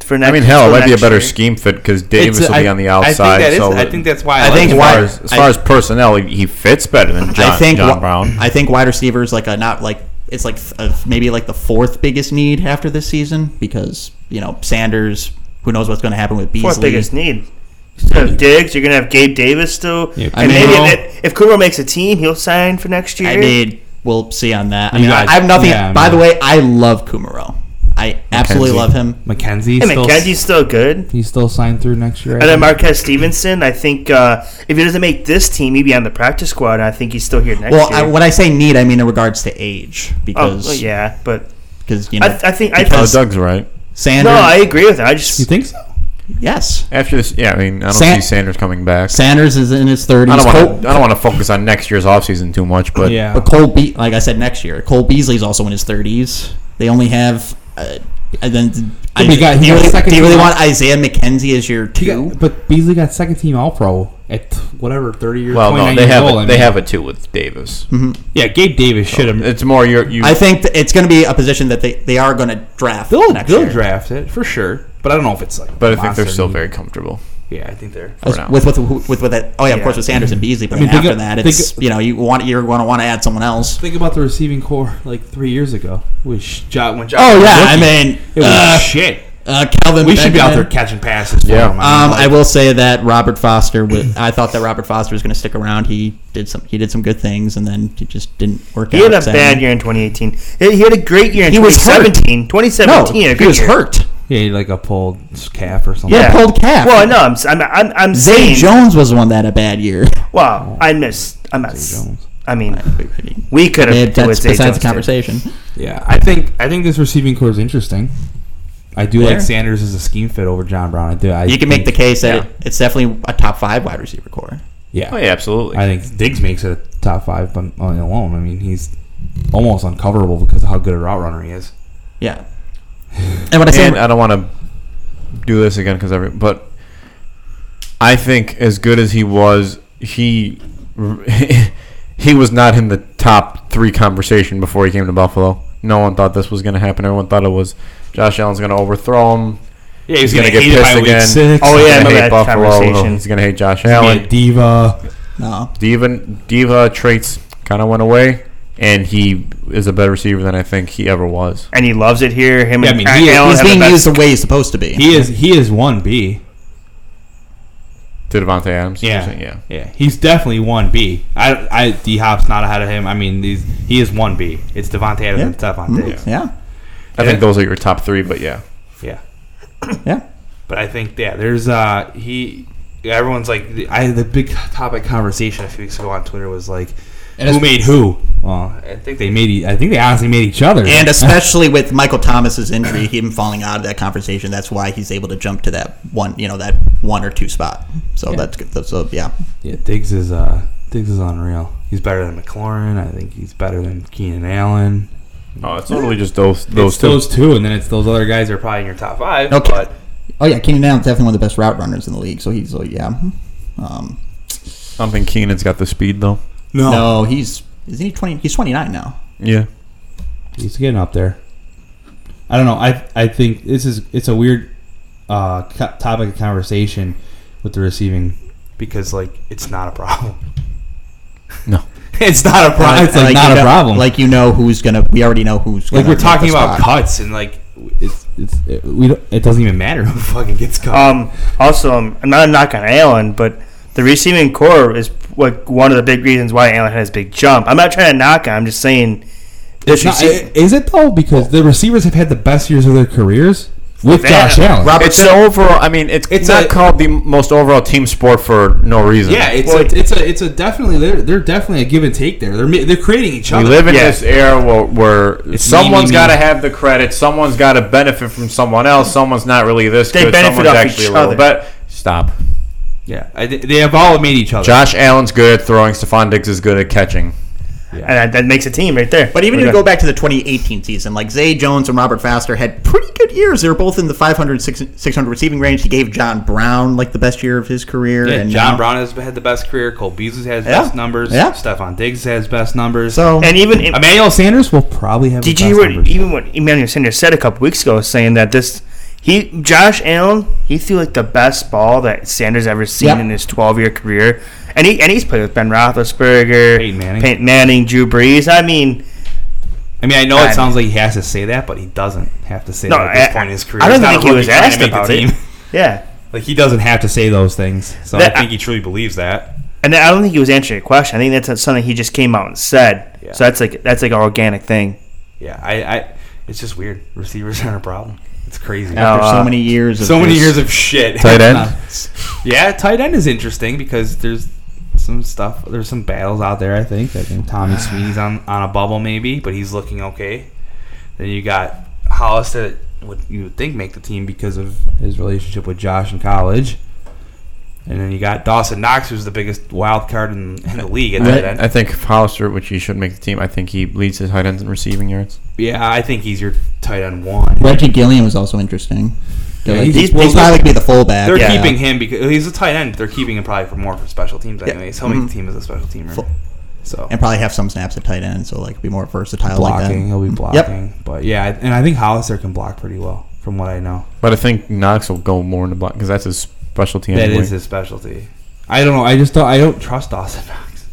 Speaker 6: for next.
Speaker 3: I mean, hell, it
Speaker 6: for
Speaker 3: might be a
Speaker 6: next
Speaker 3: better
Speaker 6: year.
Speaker 3: scheme fit because Davis
Speaker 4: It's-
Speaker 3: will be
Speaker 4: I-
Speaker 3: on the outside.
Speaker 4: I think, that is,
Speaker 3: so
Speaker 4: I think that's why. I,
Speaker 5: I
Speaker 3: as
Speaker 5: think
Speaker 4: like
Speaker 5: why-
Speaker 4: him.
Speaker 3: far as, as,
Speaker 5: I-
Speaker 3: far as personnel, he, he fits better than John,
Speaker 5: I think
Speaker 3: John
Speaker 5: wh-
Speaker 3: Brown.
Speaker 5: I think wide receivers like a not like it's like th- uh, maybe like the fourth biggest need after this season because you know Sanders. Who knows what's going to happen with Beasley?
Speaker 6: Fourth biggest need. You still have Diggs. You're gonna have Gabe Davis still.
Speaker 4: Yeah,
Speaker 6: and maybe
Speaker 5: Kumaro.
Speaker 6: if, if Kumaro makes a team, he'll sign for next year.
Speaker 5: I mean, we'll see on that. I
Speaker 4: You
Speaker 5: mean, I
Speaker 4: guys-
Speaker 5: I have nothing.
Speaker 4: yeah, I
Speaker 5: by
Speaker 4: mean-
Speaker 5: the way, I love Kumaro. I absolutely
Speaker 3: McKenzie.
Speaker 5: love him.
Speaker 4: McKenzie.
Speaker 6: and
Speaker 4: still,
Speaker 6: McKenzie's still good.
Speaker 4: He's still signed through next year. I
Speaker 6: And then
Speaker 4: think.
Speaker 6: Marquez Stevenson, I think uh, if he doesn't make this team, he'd be on the practice squad. And I think he's still here next
Speaker 5: Well,
Speaker 6: year.
Speaker 5: I, when I say need, I mean in regards to age
Speaker 6: oh,
Speaker 5: because
Speaker 6: well, yeah, but
Speaker 5: because you know
Speaker 6: I, I think I
Speaker 3: Oh,
Speaker 5: Because-
Speaker 3: Doug's right.
Speaker 5: Sanders.
Speaker 6: no, I agree with that. I just
Speaker 4: You think so?
Speaker 5: yes,
Speaker 3: After this, yeah, I mean, I don't
Speaker 5: San-
Speaker 3: see Sanders coming back.
Speaker 5: Sanders is in his thirties.
Speaker 3: I don't want to. I don't want to focus on next year's offseason too much, but
Speaker 4: yeah.
Speaker 5: But Cole, Be- like I said, next year Cole Beasley's also in his thirties. They only have. Uh, and then I,
Speaker 4: he got-
Speaker 5: do
Speaker 4: he
Speaker 5: you
Speaker 4: got
Speaker 5: really,
Speaker 4: second
Speaker 5: do you really
Speaker 4: team
Speaker 5: want Isaiah McKenzie as your
Speaker 4: He
Speaker 5: two?
Speaker 4: got- but Beasley got second team All Pro at whatever thirty years.
Speaker 3: well, no,
Speaker 4: 29
Speaker 3: they
Speaker 4: years
Speaker 3: have
Speaker 4: old, I
Speaker 3: a, they
Speaker 4: mean.
Speaker 3: have Oh, a two with Davis.
Speaker 4: Yeah, Gabe Davis should have.
Speaker 3: It's more your you.
Speaker 5: I think that it's going to be a position that they, they are going to draft
Speaker 4: They'll,
Speaker 5: next
Speaker 4: they'll
Speaker 5: year.
Speaker 4: draft it for sure, but I don't know if it's like.
Speaker 3: but I think they're
Speaker 4: monster
Speaker 3: still
Speaker 4: need.
Speaker 3: very comfortable.
Speaker 4: Yeah, I think they're.
Speaker 5: With,
Speaker 3: now.
Speaker 5: with, with, with, with that, oh yeah, of course, with Sanders and Beasley, but
Speaker 4: I mean,
Speaker 5: then after
Speaker 4: think of-
Speaker 5: that,
Speaker 4: think
Speaker 5: it's
Speaker 4: of-
Speaker 5: you know you want you're going to want to add someone else.
Speaker 4: Think about the receiving core like three years ago, which John, when John
Speaker 5: Oh
Speaker 4: was a
Speaker 5: yeah, I
Speaker 4: rookie,
Speaker 5: mean,
Speaker 4: it was
Speaker 5: uh,
Speaker 4: shit.
Speaker 5: uh, Calvin.
Speaker 4: We should be out there
Speaker 5: Benjamin.
Speaker 4: catching passes. For
Speaker 3: Yeah.
Speaker 4: him.
Speaker 5: Um,
Speaker 4: I
Speaker 5: I will say that Robert Foster. With, I thought that Robert Foster was going to stick around. He did some. He did some good things, and then it just didn't work
Speaker 6: he
Speaker 5: out.
Speaker 6: had a
Speaker 5: So-
Speaker 6: bad year in 2018. He he had a great year in
Speaker 5: He was hurt.
Speaker 6: 2017. 2017,
Speaker 5: No,
Speaker 6: a
Speaker 5: he
Speaker 6: great
Speaker 5: was
Speaker 6: year.
Speaker 5: hurt.
Speaker 4: yeah, he, like a pulled calf or something.
Speaker 5: Yeah. pulled calf.
Speaker 6: Well, no, I'm s- I'm I'm, I'm
Speaker 5: Zay
Speaker 6: saying.
Speaker 5: Jones was the one that had a bad year.
Speaker 6: Well, I miss. I'm not.
Speaker 4: Zay
Speaker 6: s-
Speaker 4: Jones.
Speaker 6: I mean,
Speaker 5: I mean,
Speaker 6: we could have.
Speaker 5: that's besides the conversation.
Speaker 4: Yeah, I think I think this receiving core is interesting. I do
Speaker 5: Fair.
Speaker 4: like Sanders as a scheme fit over John Brown. I do. I
Speaker 5: You can make the
Speaker 4: think-
Speaker 5: case that it, it's definitely a top five wide receiver core.
Speaker 4: Yeah,
Speaker 3: Oh yeah, absolutely.
Speaker 4: I think Diggs makes it a top five, but on alone, I mean, he's almost uncoverable because of how good a route runner he is.
Speaker 5: Yeah. And when I say
Speaker 3: and
Speaker 6: uh,
Speaker 3: I don't want to do this again because every but I think as good as he was, he he was not in the top three conversation before he came to Buffalo. No one thought this was going to happen. Everyone thought it was Josh Allen's going to overthrow him.
Speaker 4: Yeah,
Speaker 3: He's, going to get pissed again.
Speaker 6: Oh,
Speaker 3: He's
Speaker 6: yeah, I
Speaker 3: gonna
Speaker 6: remember
Speaker 3: hate
Speaker 6: that conversation.
Speaker 3: He's going to hate Josh
Speaker 4: Allen.
Speaker 3: Allen.
Speaker 4: diva.
Speaker 5: no,
Speaker 3: Diva diva traits kind of went away, and he is a better receiver than I think he ever was.
Speaker 6: And he loves it here. Him
Speaker 4: Yeah, I
Speaker 6: and
Speaker 4: mean,
Speaker 6: Pat
Speaker 4: he-
Speaker 6: Allen
Speaker 5: he's
Speaker 6: have the
Speaker 5: being
Speaker 6: best-
Speaker 5: used the way he's supposed to be.
Speaker 4: He is he is one B.
Speaker 3: To Devontae Adams, yeah.
Speaker 4: yeah, yeah. He's definitely one B. I I D Hop's not ahead of him. I mean, these he is one B. It's Devontae Adams
Speaker 5: Yeah. Mm-hmm.
Speaker 4: and Stephon Diggs.
Speaker 5: yeah,
Speaker 3: I
Speaker 4: Yeah.
Speaker 3: think those are your top three, but yeah.
Speaker 4: Yeah.
Speaker 5: yeah.
Speaker 4: But I think yeah, there's uh he everyone's like the- I the big topic conversation a few weeks ago on Twitter was like who made who? Well, I think they made e- I think they honestly made each other.
Speaker 5: And especially with Michael Thomas's injury, him falling out of that conversation, that's why he's able to jump to that one, you know, that one or two spot. So that's good. That's- So yeah,
Speaker 4: yeah, Diggs is uh Diggs is unreal. He's better than McLaurin. I think he's better than Keenan Allen.
Speaker 3: Oh, it's totally just those those
Speaker 4: it's
Speaker 3: two.
Speaker 4: those two, and then it's those other guys that are probably in your top five.
Speaker 5: Okay.
Speaker 4: But
Speaker 5: oh yeah, Keenan Allen's definitely one of the best route runners in the league. So he's so yeah. Um,
Speaker 3: I don't think Keenan's got the speed though.
Speaker 5: no. he's isn't he twenty? He's twenty nine now.
Speaker 3: Yeah,
Speaker 4: He's getting up there. I don't know. I I think this is it's a weird uh, co- topic of conversation with the receiving because like it's not a problem.
Speaker 3: No.
Speaker 4: it's not a problem. It's like,
Speaker 5: you
Speaker 4: not a
Speaker 5: know-
Speaker 4: problem. Like,
Speaker 5: Like you know who's gonna. We already know who's. Gonna
Speaker 4: we're
Speaker 5: make
Speaker 4: talking
Speaker 5: the
Speaker 4: about
Speaker 5: spot.
Speaker 4: cuts and like it's it's Oh, it, we don't, it doesn't even matter who fucking gets cut.
Speaker 6: Um, also, um, I'm not a knock on Allen, but the receiving core is like one of the big reasons why Allen had his big jump. I'm not trying to knock him. I'm just saying.
Speaker 4: It's
Speaker 6: This
Speaker 4: not-
Speaker 6: receiver,
Speaker 4: is it though? Because the receivers have had the best years of their careers
Speaker 7: with Josh Allen.
Speaker 5: Rob-
Speaker 3: It's an overall. I mean, it's,
Speaker 4: It's
Speaker 3: not
Speaker 4: a-
Speaker 3: called the most overall team sport for no reason.
Speaker 4: Yeah, it's
Speaker 6: Well,
Speaker 4: a,
Speaker 6: it-
Speaker 4: it's a it's a definitely they're, they're definitely a give and take there. They're mi- they're creating each
Speaker 3: we
Speaker 4: other.
Speaker 3: live in
Speaker 6: Yeah.
Speaker 3: this era where, where
Speaker 4: It's
Speaker 3: someone's
Speaker 4: me, me,
Speaker 3: got to
Speaker 4: me.
Speaker 3: have the credit, someone's got to benefit from someone else, someone's not really this
Speaker 6: They
Speaker 3: good,
Speaker 6: benefit
Speaker 3: someone's
Speaker 6: off
Speaker 3: actually
Speaker 6: each
Speaker 3: a little
Speaker 6: other.
Speaker 3: bet. Stop.
Speaker 4: yeah, I, they- they have all made each other.
Speaker 3: Josh Allen's good at throwing. Stephon Diggs is good at catching.
Speaker 6: and that, that makes a team right there.
Speaker 5: But even if you
Speaker 6: Okay.
Speaker 5: go back to the 2018 season, like Zay Jones and Robert Foster had pretty good years. They were both in the 500, 600 receiving range. He gave John Brown like the best year of his career.
Speaker 4: Yeah,
Speaker 5: and
Speaker 4: John
Speaker 5: now-
Speaker 4: Brown has had the best career. Cole Beasley has
Speaker 5: Yeah.
Speaker 4: best numbers.
Speaker 5: Yeah.
Speaker 4: Stephon Diggs has best numbers.
Speaker 5: So
Speaker 6: and even if,
Speaker 4: Emmanuel Sanders will probably have.
Speaker 6: did
Speaker 4: the
Speaker 6: you hear
Speaker 4: best
Speaker 6: what,
Speaker 4: numbers.
Speaker 6: even what Emmanuel Sanders said a couple weeks ago, saying that this he Josh Allen he threw like the best ball that Sanders ever seen
Speaker 5: Yep.
Speaker 6: in his 12 year career, and he and he's played with Ben Roethlisberger,
Speaker 4: Peyton Manning.
Speaker 6: Peyton Manning, Drew Brees. I mean,
Speaker 4: I mean, I know
Speaker 6: I-
Speaker 4: it sounds like he has to say that, but he doesn't have to say
Speaker 6: No,
Speaker 4: that at this
Speaker 6: I-
Speaker 4: point in his career.
Speaker 6: I don't
Speaker 4: He's not
Speaker 6: think
Speaker 4: a
Speaker 6: he
Speaker 4: rookie
Speaker 6: was
Speaker 4: trying to
Speaker 6: asked
Speaker 4: make the
Speaker 6: about it. yeah.
Speaker 4: Like he doesn't have to say those things. So
Speaker 6: That-
Speaker 4: I think he truly believes that.
Speaker 6: And I don't think he was answering a question. I think that's something he just came out and said.
Speaker 4: Yeah.
Speaker 6: So that's like that's like an organic thing.
Speaker 4: Yeah, I, I it's just weird. Receivers aren't a problem. It's crazy.
Speaker 6: No.
Speaker 5: after
Speaker 6: uh,
Speaker 5: so many years, of
Speaker 4: So many
Speaker 5: just-
Speaker 4: years of shit.
Speaker 3: Tight end?
Speaker 4: Uh, yeah, tight end is interesting because there's some stuff. There's some battles out there. I think. I think Tommy Sweeney's on on a bubble maybe, but he's looking okay. Then you got Hollis that would you would think make the team because of his relationship with Josh in college. And then you got Dawson Knox, who's the biggest wild card in, in the league at tight end.
Speaker 3: I, I think Hollister, which he should make the team, I think he leads his tight ends in receiving yards.
Speaker 4: Yeah, I think he's your tight end one.
Speaker 5: Reggie Gilliam was also interesting.
Speaker 4: Yeah,
Speaker 5: he's,
Speaker 4: he's-
Speaker 5: he's probably gonna be the fullback.
Speaker 4: They're
Speaker 5: yeah.
Speaker 4: keeping him because he's a tight end. They're keeping him probably for more for special teams anyway. So many
Speaker 5: Mhm.
Speaker 4: team is a special teamer.
Speaker 5: Full-
Speaker 4: so
Speaker 5: and probably have some snaps at tight end, so like be more versatile
Speaker 4: blocking,
Speaker 5: like
Speaker 4: he'll be blocking. But yeah, I- and I think Hollister can block pretty well from what I know.
Speaker 3: But I think Knox will go more in the block because that's his specialty.
Speaker 4: That
Speaker 3: anyway.
Speaker 4: is his specialty. I don't know. I just don't. I don't trust Dawson Knox.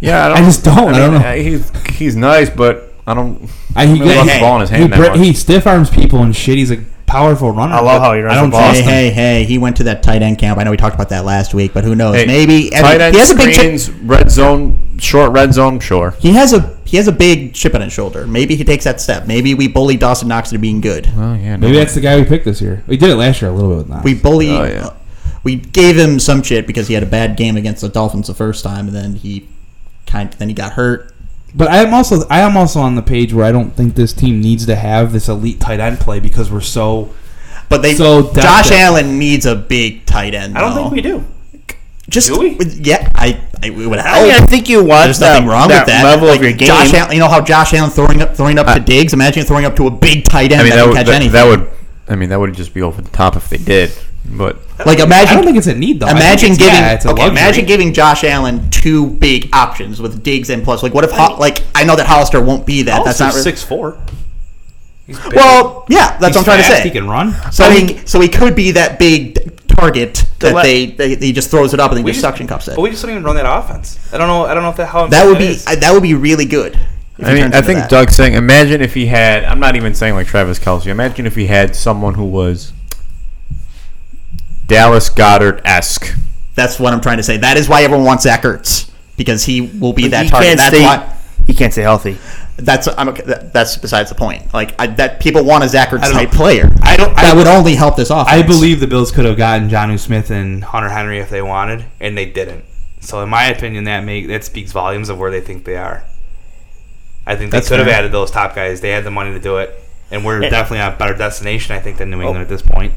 Speaker 3: Yeah, I, don't,
Speaker 4: I just don't. I don't know.
Speaker 3: uh, He's he's nice, but I don't.
Speaker 4: I, he
Speaker 3: He loves the ball in his
Speaker 4: he,
Speaker 3: hand that
Speaker 4: bra-
Speaker 3: much.
Speaker 4: he stiff arms people and shit. He's a powerful runner.
Speaker 6: I love
Speaker 4: but
Speaker 6: how he runs
Speaker 4: I don't
Speaker 6: the ball.
Speaker 5: that. Hey,
Speaker 4: trust him.
Speaker 5: hey, hey! He went to that tight end camp. I know we talked about that last week, but who knows?
Speaker 3: Hey,
Speaker 5: Maybe I mean,
Speaker 3: tight end
Speaker 5: he has a big. chip-
Speaker 3: screens, red zone, short red zone, sure.
Speaker 5: He has a he has a big chip on his shoulder. Maybe he takes that step. Maybe we bully Dawson Knox into being good.
Speaker 3: Oh yeah, no.
Speaker 4: Maybe that's the guy we picked this year. We did it last year a little bit with Knox.
Speaker 5: We bully.
Speaker 3: Oh, yeah.
Speaker 5: we gave him some shit because he had a bad game against the Dolphins the first time, and then he kind then he got hurt.
Speaker 4: But I am also I am also on the page where I don't think this team needs to have this elite tight end play because we're so.
Speaker 5: But they
Speaker 4: So depth
Speaker 5: Josh
Speaker 4: at-
Speaker 5: Allen needs a big tight end.
Speaker 4: I don't
Speaker 5: though.
Speaker 4: think we do.
Speaker 5: just
Speaker 4: do we?
Speaker 5: with- yeah. I I it would
Speaker 6: I, mean, I
Speaker 5: help.
Speaker 6: think you want
Speaker 5: Oh, There's
Speaker 6: that,
Speaker 5: nothing wrong
Speaker 6: that
Speaker 5: with that.
Speaker 6: level
Speaker 5: Like,
Speaker 6: of your game.
Speaker 5: Josh Allen, you know how Josh Allen throwing up throwing up
Speaker 4: Uh,
Speaker 5: to Diggs. Imagine throwing up to a big tight end
Speaker 3: I mean
Speaker 5: that
Speaker 3: that
Speaker 5: can
Speaker 3: would
Speaker 5: catch
Speaker 3: that,
Speaker 5: anything.
Speaker 3: that would. I mean that would just be over the top if they did. But
Speaker 5: like
Speaker 4: I don't
Speaker 5: imagine
Speaker 4: think it's a need though. I think
Speaker 5: Imagine
Speaker 4: it's-
Speaker 5: giving
Speaker 4: yeah, it's a
Speaker 5: okay,
Speaker 4: luxury.
Speaker 5: imagine giving Josh Allen two big options with Diggs and plus. Like, what if Ho- like I know that Hollister won't be that.
Speaker 4: Hollister's
Speaker 5: that's not really,
Speaker 4: six four. He's big.
Speaker 5: Well, yeah, that's what
Speaker 4: He's
Speaker 5: I'm trying
Speaker 4: fast,
Speaker 5: to
Speaker 4: He
Speaker 5: say.
Speaker 4: can run.
Speaker 5: so he so he could be that big target that
Speaker 6: le-
Speaker 5: they, they he just throws it up and then
Speaker 4: We
Speaker 5: just,
Speaker 4: just-
Speaker 5: suction cups it.
Speaker 4: But we just don't even run that offense. I don't know. I don't know if that how
Speaker 5: that would
Speaker 4: important
Speaker 5: be
Speaker 4: is.
Speaker 5: I, that would be really good. if
Speaker 3: I
Speaker 5: he
Speaker 3: mean
Speaker 5: turns
Speaker 3: I
Speaker 5: into
Speaker 3: think
Speaker 5: that.
Speaker 3: Doug's saying. Imagine if he had. I'm not even saying like Travis Kelsey. Imagine if he had someone who was Dallas Goddard esque.
Speaker 5: that's what I'm trying to say. That is why everyone wants Zach Ertz because he will be that
Speaker 6: he
Speaker 5: target.
Speaker 6: can't
Speaker 5: That's
Speaker 6: stay.
Speaker 5: why.
Speaker 6: He can't stay healthy.
Speaker 5: That's I'm okay, that, that's besides the point. Like I, that, people want a Zach Ertz
Speaker 4: don't know.
Speaker 5: type player.
Speaker 4: I don't.
Speaker 5: that
Speaker 4: I,
Speaker 5: would only help this offense.
Speaker 4: I believe the Bills could have gotten Johnu Smith and Hunter Henry if they wanted, and they didn't. So in my opinion, that make that speaks volumes of where they think they are. I think they
Speaker 5: That's
Speaker 4: could have
Speaker 5: fair.
Speaker 4: added those top guys. They had the money to do it, and we're
Speaker 6: Yeah.
Speaker 4: definitely on a better destination, I think, than
Speaker 5: Oh.
Speaker 4: New England at this point.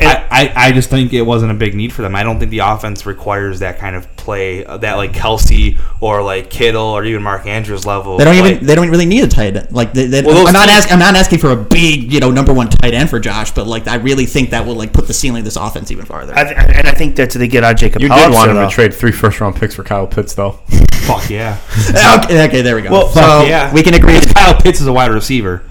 Speaker 6: And-
Speaker 4: I, I, I just think it wasn't a big need for them. I don't think the offense requires that kind of play, uh, that like Kelsey or like Kittle or even Mark Andrews level.
Speaker 5: They don't
Speaker 4: of play.
Speaker 5: even they don't really need a tight end. Like they, they,
Speaker 4: Well, those
Speaker 5: I'm not
Speaker 4: teams-
Speaker 5: asking I'm not asking for a big you know number one tight end for Josh, but like I really think that will like put the ceiling of this offense even farther.
Speaker 6: I th- and I think that's what they get out of Jacob.
Speaker 3: You
Speaker 6: Hollister,
Speaker 3: did want him
Speaker 6: though.
Speaker 3: to trade three first round picks for Kyle Pitts though.
Speaker 4: Fuck yeah.
Speaker 5: okay, okay, there we go.
Speaker 4: Well,
Speaker 5: so
Speaker 4: fuck yeah.
Speaker 5: we can agree.
Speaker 4: Kyle Pitts is a wide receiver.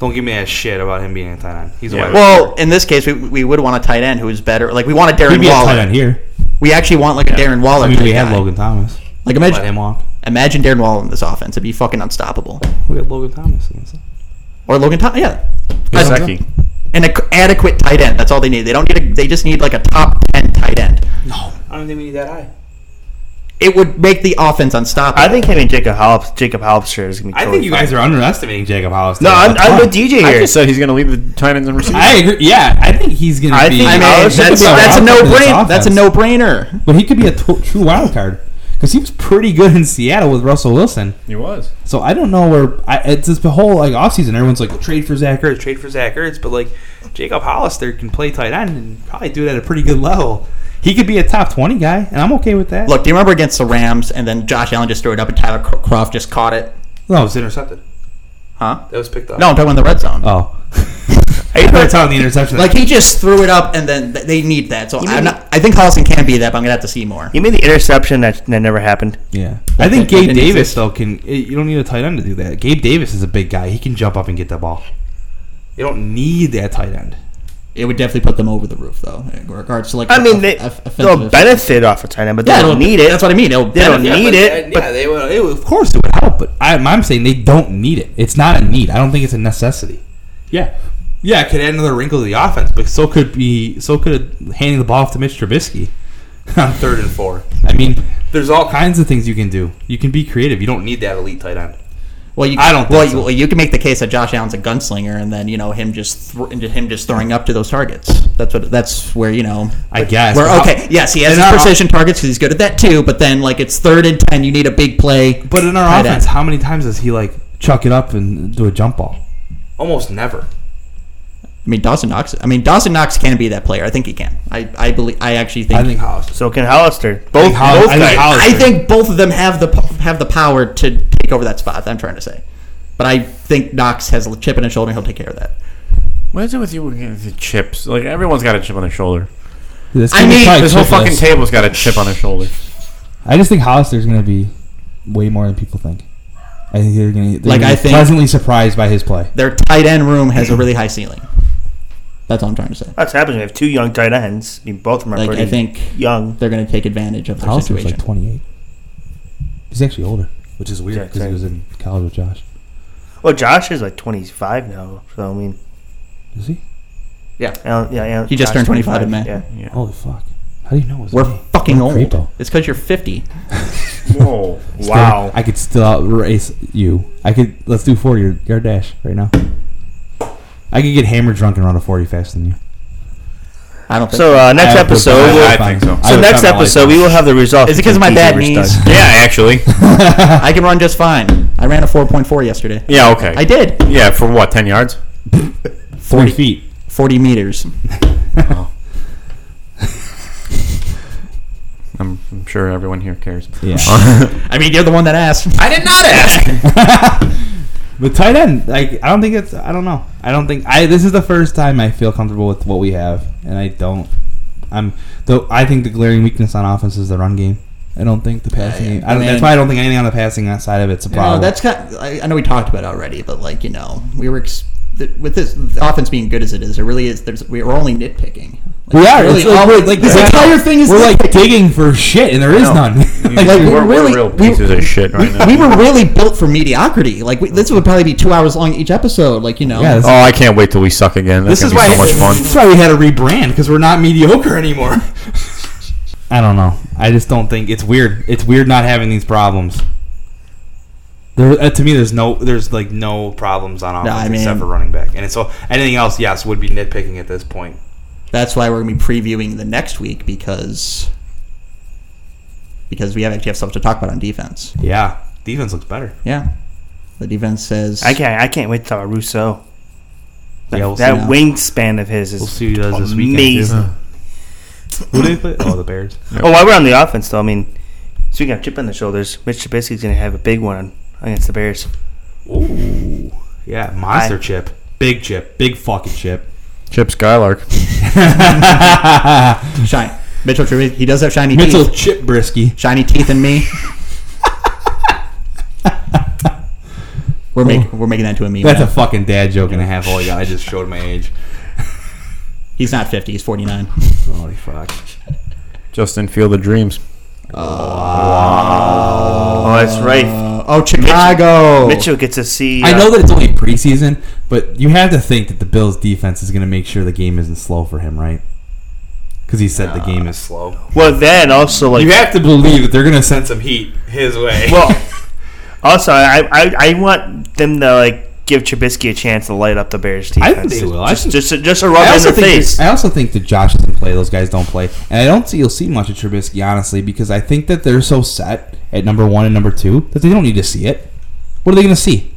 Speaker 4: Don't give me that shit about him being a tight end. He's a
Speaker 3: Yeah.
Speaker 4: wide receiver.
Speaker 5: Well, in this case, we, we would want a tight end who is better. Like we want a Darren
Speaker 4: He'd be a tight
Speaker 5: Waller.
Speaker 4: end here.
Speaker 5: We actually want like a Darren Waller.
Speaker 4: I mean,
Speaker 5: type
Speaker 4: we had
Speaker 5: guy.
Speaker 4: Logan Thomas.
Speaker 5: Like
Speaker 4: Let him
Speaker 5: imagine
Speaker 4: walk.
Speaker 5: imagine Darren Waller in this offense. It'd be fucking unstoppable.
Speaker 4: We had Logan Thomas. in this.
Speaker 5: Or Logan Thomas. Yeah,
Speaker 3: Gesicki.
Speaker 5: an ac- adequate tight end. That's all they need. They don't need. A, they just need like a top ten tight end.
Speaker 4: I don't think we need that high.
Speaker 5: it would make the offense unstoppable.
Speaker 6: I think him and Jacob Hollips, Jacob Hollister is gonna be.
Speaker 4: I
Speaker 6: totally
Speaker 4: think you
Speaker 6: fine.
Speaker 4: guys are underestimating Jacob Hollis.
Speaker 6: No, I'm, I'm with DJ
Speaker 3: I
Speaker 6: here.
Speaker 3: just said he's going to lead the tight ends and receivers.
Speaker 4: I agree. Yeah, I think he's gonna
Speaker 6: I
Speaker 4: be.
Speaker 6: think-
Speaker 5: I mean,
Speaker 6: Hollis
Speaker 5: that's, that's,
Speaker 6: should be a
Speaker 5: a
Speaker 4: wild
Speaker 5: no
Speaker 4: card in this
Speaker 5: brainer. That's a
Speaker 4: offense.
Speaker 5: no brainer.
Speaker 4: But he could be a to- true wild card because he was pretty good in Seattle with Russell Wilson.
Speaker 3: He was.
Speaker 4: So I don't know where I, it's this whole like offseason. Everyone's like trade for Zach Ertz, trade for Zach Ertz, but like Jacob Hollister can play tight end and probably do it at a pretty good level. He could be a top twenty guy, and I'm okay with that.
Speaker 5: Look, do you remember against the Rams and then Josh Allen just threw it up and Tyler Cro- Croft just caught it?
Speaker 4: no, it was intercepted.
Speaker 5: Huh?
Speaker 4: That was picked up.
Speaker 5: No, I'm talking about the red zone.
Speaker 4: Oh. I thought it's on the interception.
Speaker 5: Like he just threw it up and then th- they need that. So
Speaker 6: mean-
Speaker 5: I'm not, I think Hollison can be that, but I'm gonna have to see more.
Speaker 6: you mean the interception that, that never happened?
Speaker 4: yeah. I think
Speaker 5: Like,
Speaker 4: Gabe
Speaker 5: it
Speaker 4: Davis
Speaker 5: exists.
Speaker 4: though can eh, you don't need a tight end to do that. Gabe Davis is a big guy. He can jump up and get the ball. You don't need that tight end.
Speaker 5: It would definitely put them over the roof, though, in regards to like.
Speaker 6: I mean, they,
Speaker 5: off- off-
Speaker 6: they'll
Speaker 5: offensive-
Speaker 6: benefit off of China, but they
Speaker 5: Yeah,
Speaker 6: don't need it.
Speaker 5: That's what I mean. It'll
Speaker 6: They don't
Speaker 5: benefit.
Speaker 6: need it.
Speaker 4: yeah, they will. It, will- of course, it would help, but I, I'm saying they don't need it. It's not a need. I don't think it's a necessity. Yeah, yeah, it could add another wrinkle to the offense, but so could be so could handing the ball off to Mitch Trubisky on third and four. I mean, there's all kinds of things you can do. You can be creative. You don't need that elite tight end.
Speaker 5: Well, you,
Speaker 4: I don't think
Speaker 5: Well,
Speaker 4: so.
Speaker 5: you, well, you can make the case that Josh Allen's a gunslinger, and then you know him just thr- and him just throwing up to those targets. That's what. That's where you know.
Speaker 4: I guess.
Speaker 5: Where
Speaker 4: but
Speaker 5: okay,
Speaker 4: how-
Speaker 5: yes, he has
Speaker 4: in
Speaker 5: his
Speaker 4: our-
Speaker 5: precision targets because he's good at that too. But then like it's third and ten, you need a big play.
Speaker 4: But in our
Speaker 5: tight
Speaker 4: offense,
Speaker 5: end.
Speaker 4: how many times does he like chuck it up and do a jump ball? Almost never.
Speaker 5: I mean Dawson Knox. I mean Dawson Knox can be that player. I think he can. I, I believe. I actually think.
Speaker 4: I think Hollis.
Speaker 6: So can Hollister.
Speaker 4: I
Speaker 6: Both,
Speaker 4: think Hollis-
Speaker 6: both
Speaker 4: I think
Speaker 6: guys.
Speaker 4: Hollis-
Speaker 5: I think both of them have the po- have the power to take over that spot. I'm trying to say, but I think Knox has a chip in his shoulder. and He'll take care of that.
Speaker 3: What is it with you with the chips? Like, everyone's got a chip on their shoulder.
Speaker 4: This
Speaker 5: I mean,
Speaker 3: This whole fucking table's got a chip on their shoulder.
Speaker 4: I just think Hollister's going to be way more than people think. I think they're going to
Speaker 5: Like,
Speaker 4: be
Speaker 5: I think-
Speaker 4: pleasantly surprised by his play.
Speaker 5: Their tight end room has a really high ceiling. That's all I'm trying to say.
Speaker 6: That's happening. We have two young tight ends. I mean, both of them are
Speaker 5: Like
Speaker 6: pretty
Speaker 5: I think
Speaker 6: young.
Speaker 5: they're going to take advantage of their
Speaker 4: Hollister's
Speaker 5: situation.
Speaker 4: like 28. He's actually older, which is weird
Speaker 6: Yeah,
Speaker 4: because he
Speaker 6: same.
Speaker 4: was in college with Josh.
Speaker 6: Well, Josh is like 25 now. So I mean,
Speaker 4: Is he?
Speaker 6: Alan- yeah, Alan-
Speaker 5: He just
Speaker 6: Josh
Speaker 5: turned 25 in May.
Speaker 6: Yeah.
Speaker 4: Holy fuck! How do you know? It was
Speaker 5: We're
Speaker 4: me?
Speaker 5: fucking
Speaker 4: What
Speaker 5: old.
Speaker 4: a creepo.
Speaker 5: It's because you're 50.
Speaker 3: Whoa.
Speaker 4: Still-
Speaker 6: Wow.
Speaker 4: I could still outrace you. I could. Let's do 40 yard- yard dash right now. I could get hammered drunk and run a 40 faster than you.
Speaker 5: I don't think.
Speaker 6: So uh, next
Speaker 4: I would put-
Speaker 6: episode,
Speaker 4: I would
Speaker 6: we'll,
Speaker 3: I think so.
Speaker 4: I
Speaker 6: so
Speaker 4: would
Speaker 6: next
Speaker 4: put my life
Speaker 6: episode
Speaker 4: on.
Speaker 6: we will have the results.
Speaker 5: Is it 'cause of my
Speaker 6: DJ
Speaker 5: bad
Speaker 6: Restart.
Speaker 5: knees?
Speaker 3: Yeah, actually.
Speaker 5: I can run just fine. I ran a 4.4 yesterday.
Speaker 3: Yeah, okay.
Speaker 5: I did.
Speaker 3: Yeah, for what, 10 yards?
Speaker 4: Three feet.
Speaker 5: 40 meters.
Speaker 3: Oh. I'm, I'm sure everyone here cares.
Speaker 4: Yeah.
Speaker 5: I mean, you're the one that asked. I did not ask.
Speaker 4: But tight end, like I don't think it's. I don't know. I don't think I. This is the first time I feel comfortable with what we have, and I don't. I'm though. I think the glaring weakness on offense is the run game. I don't think the passing game. I don't,
Speaker 5: I mean-
Speaker 4: that's why I don't think anything on the passing side of it's a problem.
Speaker 5: No, that's kind I, I know we talked about it already, but like, you know, we were ex- th- with this the offense being good as it is, it really is. There's we're only nitpicking. Like,
Speaker 4: we are.
Speaker 5: really
Speaker 4: it's like,
Speaker 5: all-
Speaker 4: we're, like
Speaker 5: this
Speaker 4: we're-
Speaker 5: entire thing is
Speaker 4: We're like
Speaker 5: nitpicking.
Speaker 4: digging for shit, and there is none. like,
Speaker 5: Like,
Speaker 3: we're,
Speaker 5: we
Speaker 3: we're
Speaker 5: really-
Speaker 3: real
Speaker 5: we-
Speaker 3: pieces of shit right now.
Speaker 5: we were really built for mediocrity. Like we, this would probably be two hours long each episode. Like you know,
Speaker 4: yeah, this,
Speaker 3: oh, I can't wait till we suck again. That's
Speaker 4: this is
Speaker 3: gonna
Speaker 4: why
Speaker 3: be so much fun.
Speaker 4: That's why we had to rebrand because we're not mediocre anymore. I don't know. I just don't think it's weird. It's weird not having these problems. There, uh, to me, there's no, there's like no problems on offense
Speaker 5: I mean-
Speaker 4: except for running back, and so anything else, yes, would be nitpicking at this point.
Speaker 5: that's why we're gonna be previewing the next week because because we have actually have stuff to talk about on defense.
Speaker 4: Yeah, defense looks better.
Speaker 5: Yeah, the defense says
Speaker 6: I can't. I can't wait to talk about Rousseau. That,
Speaker 4: Yeah, we'll see
Speaker 6: that
Speaker 5: now.
Speaker 6: wingspan of his is
Speaker 4: We'll see who does this weekend.
Speaker 6: amazing.
Speaker 4: Who do they play? Oh, the Bears.
Speaker 6: Oh, while we're on the offense, though, I mean, speaking of chip on the shoulders, Mitch Trubisky's going to have a big one against the Bears.
Speaker 4: Ooh, yeah, monster
Speaker 6: I-
Speaker 4: chip, big chip, big fucking chip.
Speaker 3: Chip Skylark.
Speaker 5: shine. Mitchell Trubisky, he does have shiny
Speaker 4: Mitchell
Speaker 5: teeth.
Speaker 4: Chip Brisky.
Speaker 5: Shiny teeth in me. we're making we're making that to a meme.
Speaker 4: That's a
Speaker 5: now.
Speaker 4: fucking dad joke and a half. Holy god, I just showed my age.
Speaker 5: he's not fifty. He's forty nine.
Speaker 4: Holy fuck.
Speaker 3: Justin Field of Dreams.
Speaker 6: Oh, that's right.
Speaker 5: Uh, oh, Chicago.
Speaker 6: Mitchell gets to see.
Speaker 4: I
Speaker 6: uh,
Speaker 4: know that it's only preseason, but you have to think that the Bills defense is going to make sure the game isn't slow for him, right? because he said the game is slow.
Speaker 6: Well, then also like
Speaker 4: You have to believe that they're gonna send some heat his way.
Speaker 6: Well, also, I, I I want them to like give Trubisky a chance to light up the Bears defense.
Speaker 4: think they will. I
Speaker 6: Just
Speaker 4: think-
Speaker 6: just, just a rub in their
Speaker 4: think
Speaker 6: face.
Speaker 4: That, I also think that Josh doesn't play. Those guys don't play, and I don't see you'll see much of Trubisky honestly because I think that they're so set at number one and number two that they don't need to see it. What are they going to see?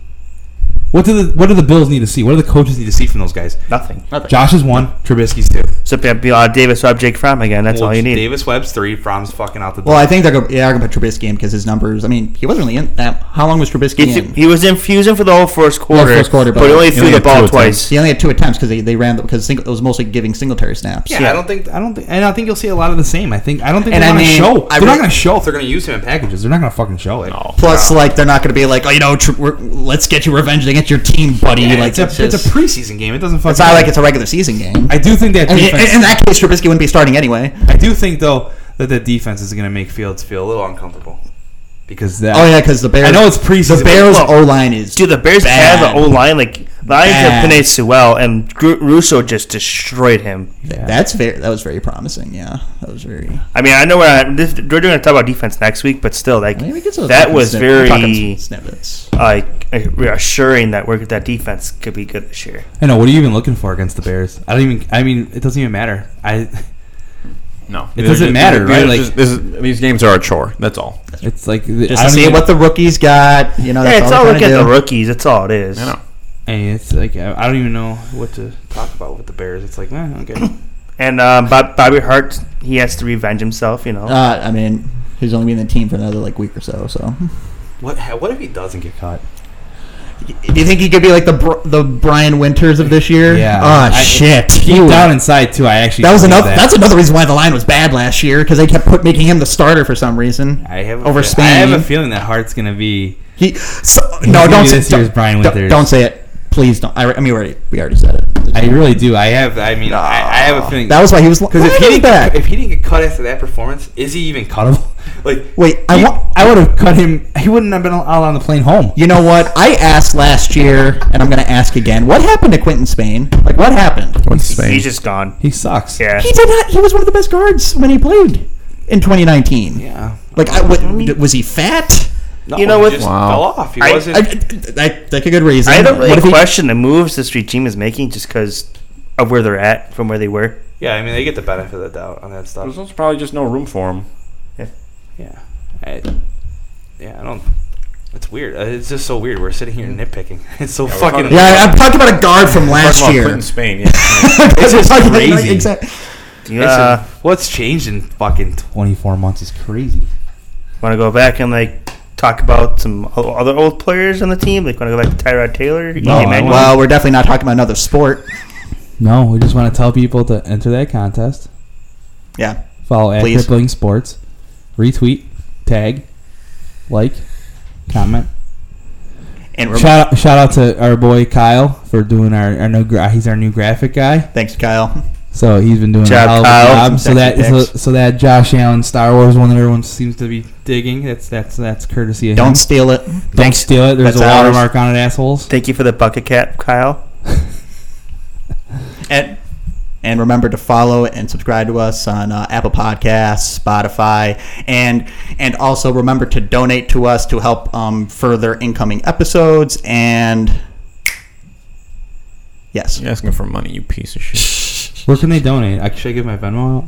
Speaker 4: What do the What do the Bills need to see? What do the coaches need to see from those guys?
Speaker 6: Nothing.
Speaker 4: Josh is one. Trubisky's two.
Speaker 6: Except you have uh, Davis Webb, Jake Fromm again. That's all you need.
Speaker 4: Davis Webb's three. Fromm's fucking out the
Speaker 5: Well, I think they're going yeah, to put Trubisky in because his numbers. I mean, he wasn't really in that. How long was Trubisky
Speaker 6: He,
Speaker 5: in?
Speaker 6: th- he was infusing for the whole first quarter,
Speaker 5: first quarter,
Speaker 6: but
Speaker 5: but
Speaker 6: he only
Speaker 5: he
Speaker 6: threw
Speaker 3: only
Speaker 6: the
Speaker 3: had two
Speaker 6: ball
Speaker 3: attempts.
Speaker 6: twice.
Speaker 5: he only had two attempts because they, they ran because sing- it was mostly giving Singletary snaps.
Speaker 4: Yeah, I don't think I don't think and I think you'll see a lot of the same. I think I don't think
Speaker 5: And
Speaker 4: they're
Speaker 5: I
Speaker 4: gonna
Speaker 5: mean,
Speaker 4: show.
Speaker 5: I
Speaker 4: they're
Speaker 5: re-
Speaker 4: not gonna show if they're gonna use him in packages. They're not gonna fucking show it.
Speaker 3: No.
Speaker 5: Plus, like they're not going to be like, oh, you know, tr- we're, let's get you revenge against your team, buddy.
Speaker 4: Yeah,
Speaker 5: like
Speaker 4: it's, a,
Speaker 5: it's, just,
Speaker 4: it's a preseason game. It doesn't fucking.
Speaker 5: it's not like it's a regular season game.
Speaker 4: I do think that
Speaker 5: I mean,
Speaker 4: defense-
Speaker 5: in, in that case, Trubisky wouldn't be starting anyway.
Speaker 4: I do think though that the defense is going to make Fields feel a little uncomfortable because that.
Speaker 5: Oh yeah, because the Bears.
Speaker 4: I know it's preseason.
Speaker 5: the Bears
Speaker 4: but-
Speaker 5: O line is
Speaker 6: Dude, the Bears
Speaker 5: Bad.
Speaker 6: have an O line like the Lions have
Speaker 5: Bad.
Speaker 6: Panay Sewell, and Gru- Russo just destroyed him.
Speaker 5: That's very. That was very promising. Yeah, that was very.
Speaker 6: I mean, I know we're, not, this, we're going to talk about defense next week, but still, like
Speaker 5: I mean, we get to the
Speaker 6: that
Speaker 5: fucking
Speaker 6: was
Speaker 5: snip-
Speaker 6: very
Speaker 5: fucking snippets.
Speaker 6: like reassuring that we're that defense could be good this year.
Speaker 4: I know. What are you even looking for against the Bears? I don't even. I mean, it doesn't even matter. I.
Speaker 3: No,
Speaker 4: It doesn't matter,
Speaker 3: These are
Speaker 4: right?
Speaker 3: just-
Speaker 4: Like-
Speaker 3: this is- these games are a chore. That's all.
Speaker 4: It's like
Speaker 5: Just to see what the rookies got. You know, that's
Speaker 6: Yeah, it's all
Speaker 5: all they're
Speaker 6: looking at
Speaker 5: trying to
Speaker 6: the
Speaker 5: do.
Speaker 6: rookies. That's all it is.
Speaker 3: I know.
Speaker 4: And it's like I I don't even know what to talk about with the Bears. It's like eh, okay.
Speaker 6: And um, Bob, Bobby Hart, he has to revenge himself. You know,
Speaker 5: Uh, I mean, he's only been in the team for another like week or so. So,
Speaker 4: what what if he doesn't get caught?
Speaker 5: do you think he could be like the Br- the Brian Winters of this year?
Speaker 4: Yeah.
Speaker 5: Oh
Speaker 4: I-
Speaker 5: shit. He
Speaker 4: Deep
Speaker 5: was-
Speaker 4: down inside too, I actually
Speaker 5: That was
Speaker 4: believe
Speaker 5: another. That's another reason why the line was bad last year because they kept put, making him the starter for some reason.
Speaker 4: I have a
Speaker 5: over
Speaker 4: feel-
Speaker 5: Spain.
Speaker 4: I have a feeling that Hart's gonna be.
Speaker 5: He so,
Speaker 4: gonna
Speaker 5: no, don't
Speaker 4: be
Speaker 5: say
Speaker 4: this
Speaker 5: don't-
Speaker 4: year's Brian
Speaker 5: don't-
Speaker 4: Winters.
Speaker 5: Don't, say it, please. Don't. I, re- I mean, we already we already said it.
Speaker 4: I really do. I have. I mean, I, I have a feeling
Speaker 5: that was why he was
Speaker 4: because if he didn't
Speaker 5: back.
Speaker 4: get, if he didn't get cut after that performance, is he even cuttable? like
Speaker 5: Wait, I
Speaker 4: he-
Speaker 5: want-
Speaker 4: I would have cut him. He wouldn't have been out on the plane home.
Speaker 5: you know what? I asked last year, and I'm going to ask again. What happened to Quentin Spain? Like, what happened?
Speaker 6: he's just gone.
Speaker 4: He sucks.
Speaker 6: Yeah,
Speaker 5: He did not. He was one of the best guards when he played in 2019.
Speaker 4: Yeah.
Speaker 5: Like, I, what, was he fat?
Speaker 4: No,
Speaker 6: You know what-
Speaker 4: He just
Speaker 3: Wow.
Speaker 4: fell off. He
Speaker 6: I-
Speaker 4: wasn't.
Speaker 5: I, I, like a good reason.
Speaker 6: I don't really
Speaker 5: What if he-
Speaker 6: question the moves this regime is making just because of where they're at from where they were.
Speaker 4: yeah, I mean, they get the benefit of the doubt on that
Speaker 3: There's
Speaker 4: stuff.
Speaker 3: also probably just no room for him.
Speaker 4: Yeah. I, yeah, I don't. It's weird. Uh, It's just so weird. We're sitting here nitpicking. It's so
Speaker 3: we're
Speaker 4: fucking.
Speaker 3: fucking-
Speaker 5: yeah, I, I'm talking about a guard from
Speaker 3: Talking
Speaker 5: last
Speaker 3: about
Speaker 5: year.
Speaker 3: Clinton Spain. Yeah.
Speaker 5: It's
Speaker 4: just crazy.
Speaker 5: Exactly.
Speaker 6: Yeah,
Speaker 4: What's changed in fucking 24 months is crazy.
Speaker 6: want to go back and like talk about some o- other old players on the team? Like want to go back to Tyrod Taylor?
Speaker 4: No,
Speaker 6: EJ
Speaker 4: I
Speaker 6: Manuel?
Speaker 5: oh, Well, we're definitely not talking about another sport.
Speaker 4: No, we just want to tell people to enter that contest.
Speaker 5: Yeah.
Speaker 4: Follow at
Speaker 5: Please.
Speaker 4: Crippling Sports. Retweet, tag, like, comment.
Speaker 5: And we're,
Speaker 4: Shout out, shout out to our boy Kyle for doing our, our new gra- he's our new graphic guy.
Speaker 5: thanks, Kyle.
Speaker 4: So he's been doing
Speaker 6: Shout
Speaker 4: a
Speaker 6: out
Speaker 4: hell of a
Speaker 6: Kyle.
Speaker 4: job. So
Speaker 5: Sexy
Speaker 4: that so,
Speaker 5: pics.
Speaker 4: so that Josh Allen Star Wars one that everyone seems to be digging. That's that's that's courtesy of him.
Speaker 5: Don't steal it.
Speaker 4: Don't steal it. There's
Speaker 5: That's
Speaker 4: a
Speaker 5: ours.
Speaker 4: watermark on it, assholes.
Speaker 6: thank you for the bucket cap, Kyle.
Speaker 5: And, and remember to follow and subscribe to us on uh, Apple Podcasts, Spotify, and and also remember to donate to us to help um, further incoming episodes. And yes,
Speaker 3: You're asking for money, you piece of shit.
Speaker 4: Where can they donate? I should I give my Venmo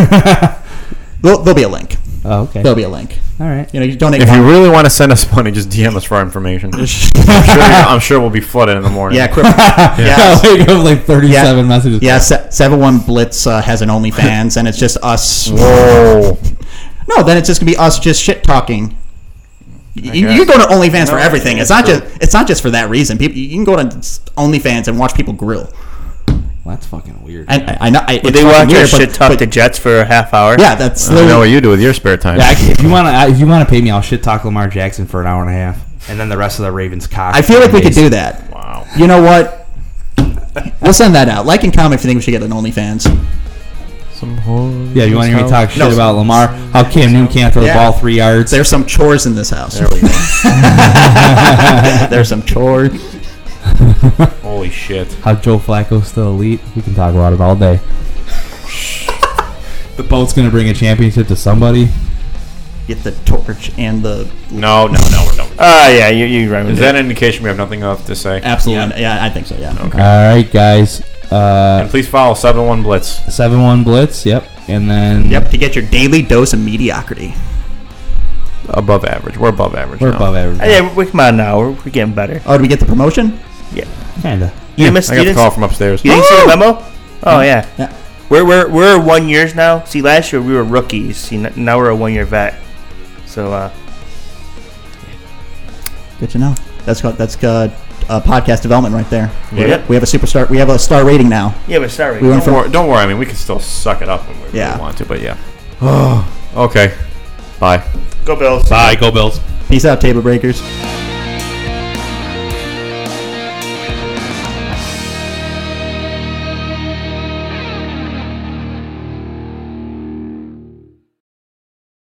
Speaker 4: out?
Speaker 5: there'll, there'll be a link.
Speaker 4: Oh, okay.
Speaker 5: There'll be a link.
Speaker 4: All right.
Speaker 5: You know, you donate.
Speaker 3: If
Speaker 5: one-
Speaker 3: you really want to send us money, just DM us for our information. I'm sure, I'm sure we'll be flooded in the morning.
Speaker 5: yeah, crip- yeah.
Speaker 4: I wake up with, like 37 messages.
Speaker 5: Yeah, Se- Seven One Blitz uh, has an OnlyFans, and it's just us.
Speaker 3: Whoa.
Speaker 5: No, then it's just gonna be us just shit talking. Y- You,
Speaker 3: guess.
Speaker 5: you go to OnlyFans for
Speaker 3: No,
Speaker 5: everything. It's
Speaker 3: that's
Speaker 5: not just it's not just for that reason. People, you can go to OnlyFans and watch people grill.
Speaker 4: Well, that's fucking weird.
Speaker 5: And I, I know I,
Speaker 6: Would
Speaker 5: it's
Speaker 6: they
Speaker 5: fucking
Speaker 6: watch your
Speaker 5: weird, but-
Speaker 6: shit talk
Speaker 5: but-
Speaker 6: the Jets for a half hour?
Speaker 5: Yeah,
Speaker 3: I
Speaker 5: that's
Speaker 3: know what
Speaker 5: literally.
Speaker 3: you do with your spare time.
Speaker 4: Yeah, I c- if you want to, if you want to pay me, I'll shit talk Lamar Jackson for an hour and a half, and then the rest of the Ravens cock.
Speaker 5: I feel like we could
Speaker 4: days.
Speaker 5: do that.
Speaker 3: Wow.
Speaker 5: You know what? We'll send that out. Like and comment if you think we should get an OnlyFans.
Speaker 3: Some whore.
Speaker 4: Yeah, you want to hear me talk shit about Lamar? How Cam Newton can't throw
Speaker 5: Yeah.
Speaker 4: the ball three yards?
Speaker 5: There's some chores in this house.
Speaker 3: There we go.
Speaker 5: There's some chores.
Speaker 3: Holy shit.
Speaker 4: How Joe Flacco's still elite? We can talk about it all day. The boat's gonna bring a championship to somebody.
Speaker 5: Get the torch and the
Speaker 3: No, no, no, we're not.
Speaker 6: Ah, yeah, you you right.
Speaker 3: Is that an indication we have nothing else to
Speaker 5: Uh,
Speaker 3: say?
Speaker 5: absolutely. Yeah, I think so. Yeah.
Speaker 4: All right, guys. Uh,
Speaker 3: And please follow 701 Blitz.
Speaker 4: seven one blitz. Yep, and then
Speaker 5: Yep. To get your daily dose of mediocrity.
Speaker 3: Above average. We're above average.
Speaker 4: we're
Speaker 3: now.
Speaker 4: above average.
Speaker 6: Hey, Uh, yeah, we come on now. We're, we're getting better.
Speaker 5: Oh, did we get the promotion?
Speaker 4: Kinda.
Speaker 6: You missed.
Speaker 3: I
Speaker 6: You
Speaker 3: got the
Speaker 6: didn't,
Speaker 3: call from upstairs.
Speaker 6: you didn't see the memo? Oh yeah.
Speaker 5: Yeah.
Speaker 6: We're we're we're one years now. See, last year we were rookies. See, n- now we're a one year vet. So uh,
Speaker 5: Good to know. That's got that's got uh, podcast development right there.
Speaker 6: yeah,
Speaker 5: We have a superstar. We have a star rating now.
Speaker 6: yeah, but sorry.
Speaker 5: We went
Speaker 3: Don't
Speaker 5: from
Speaker 3: worry, don't worry. I mean, we can still suck it up when we
Speaker 5: Yeah.
Speaker 3: really want to, but yeah. okay. Bye.
Speaker 6: Go Bills.
Speaker 4: Bye. Go Bills.
Speaker 5: peace out, table breakers.
Speaker 3: Bye.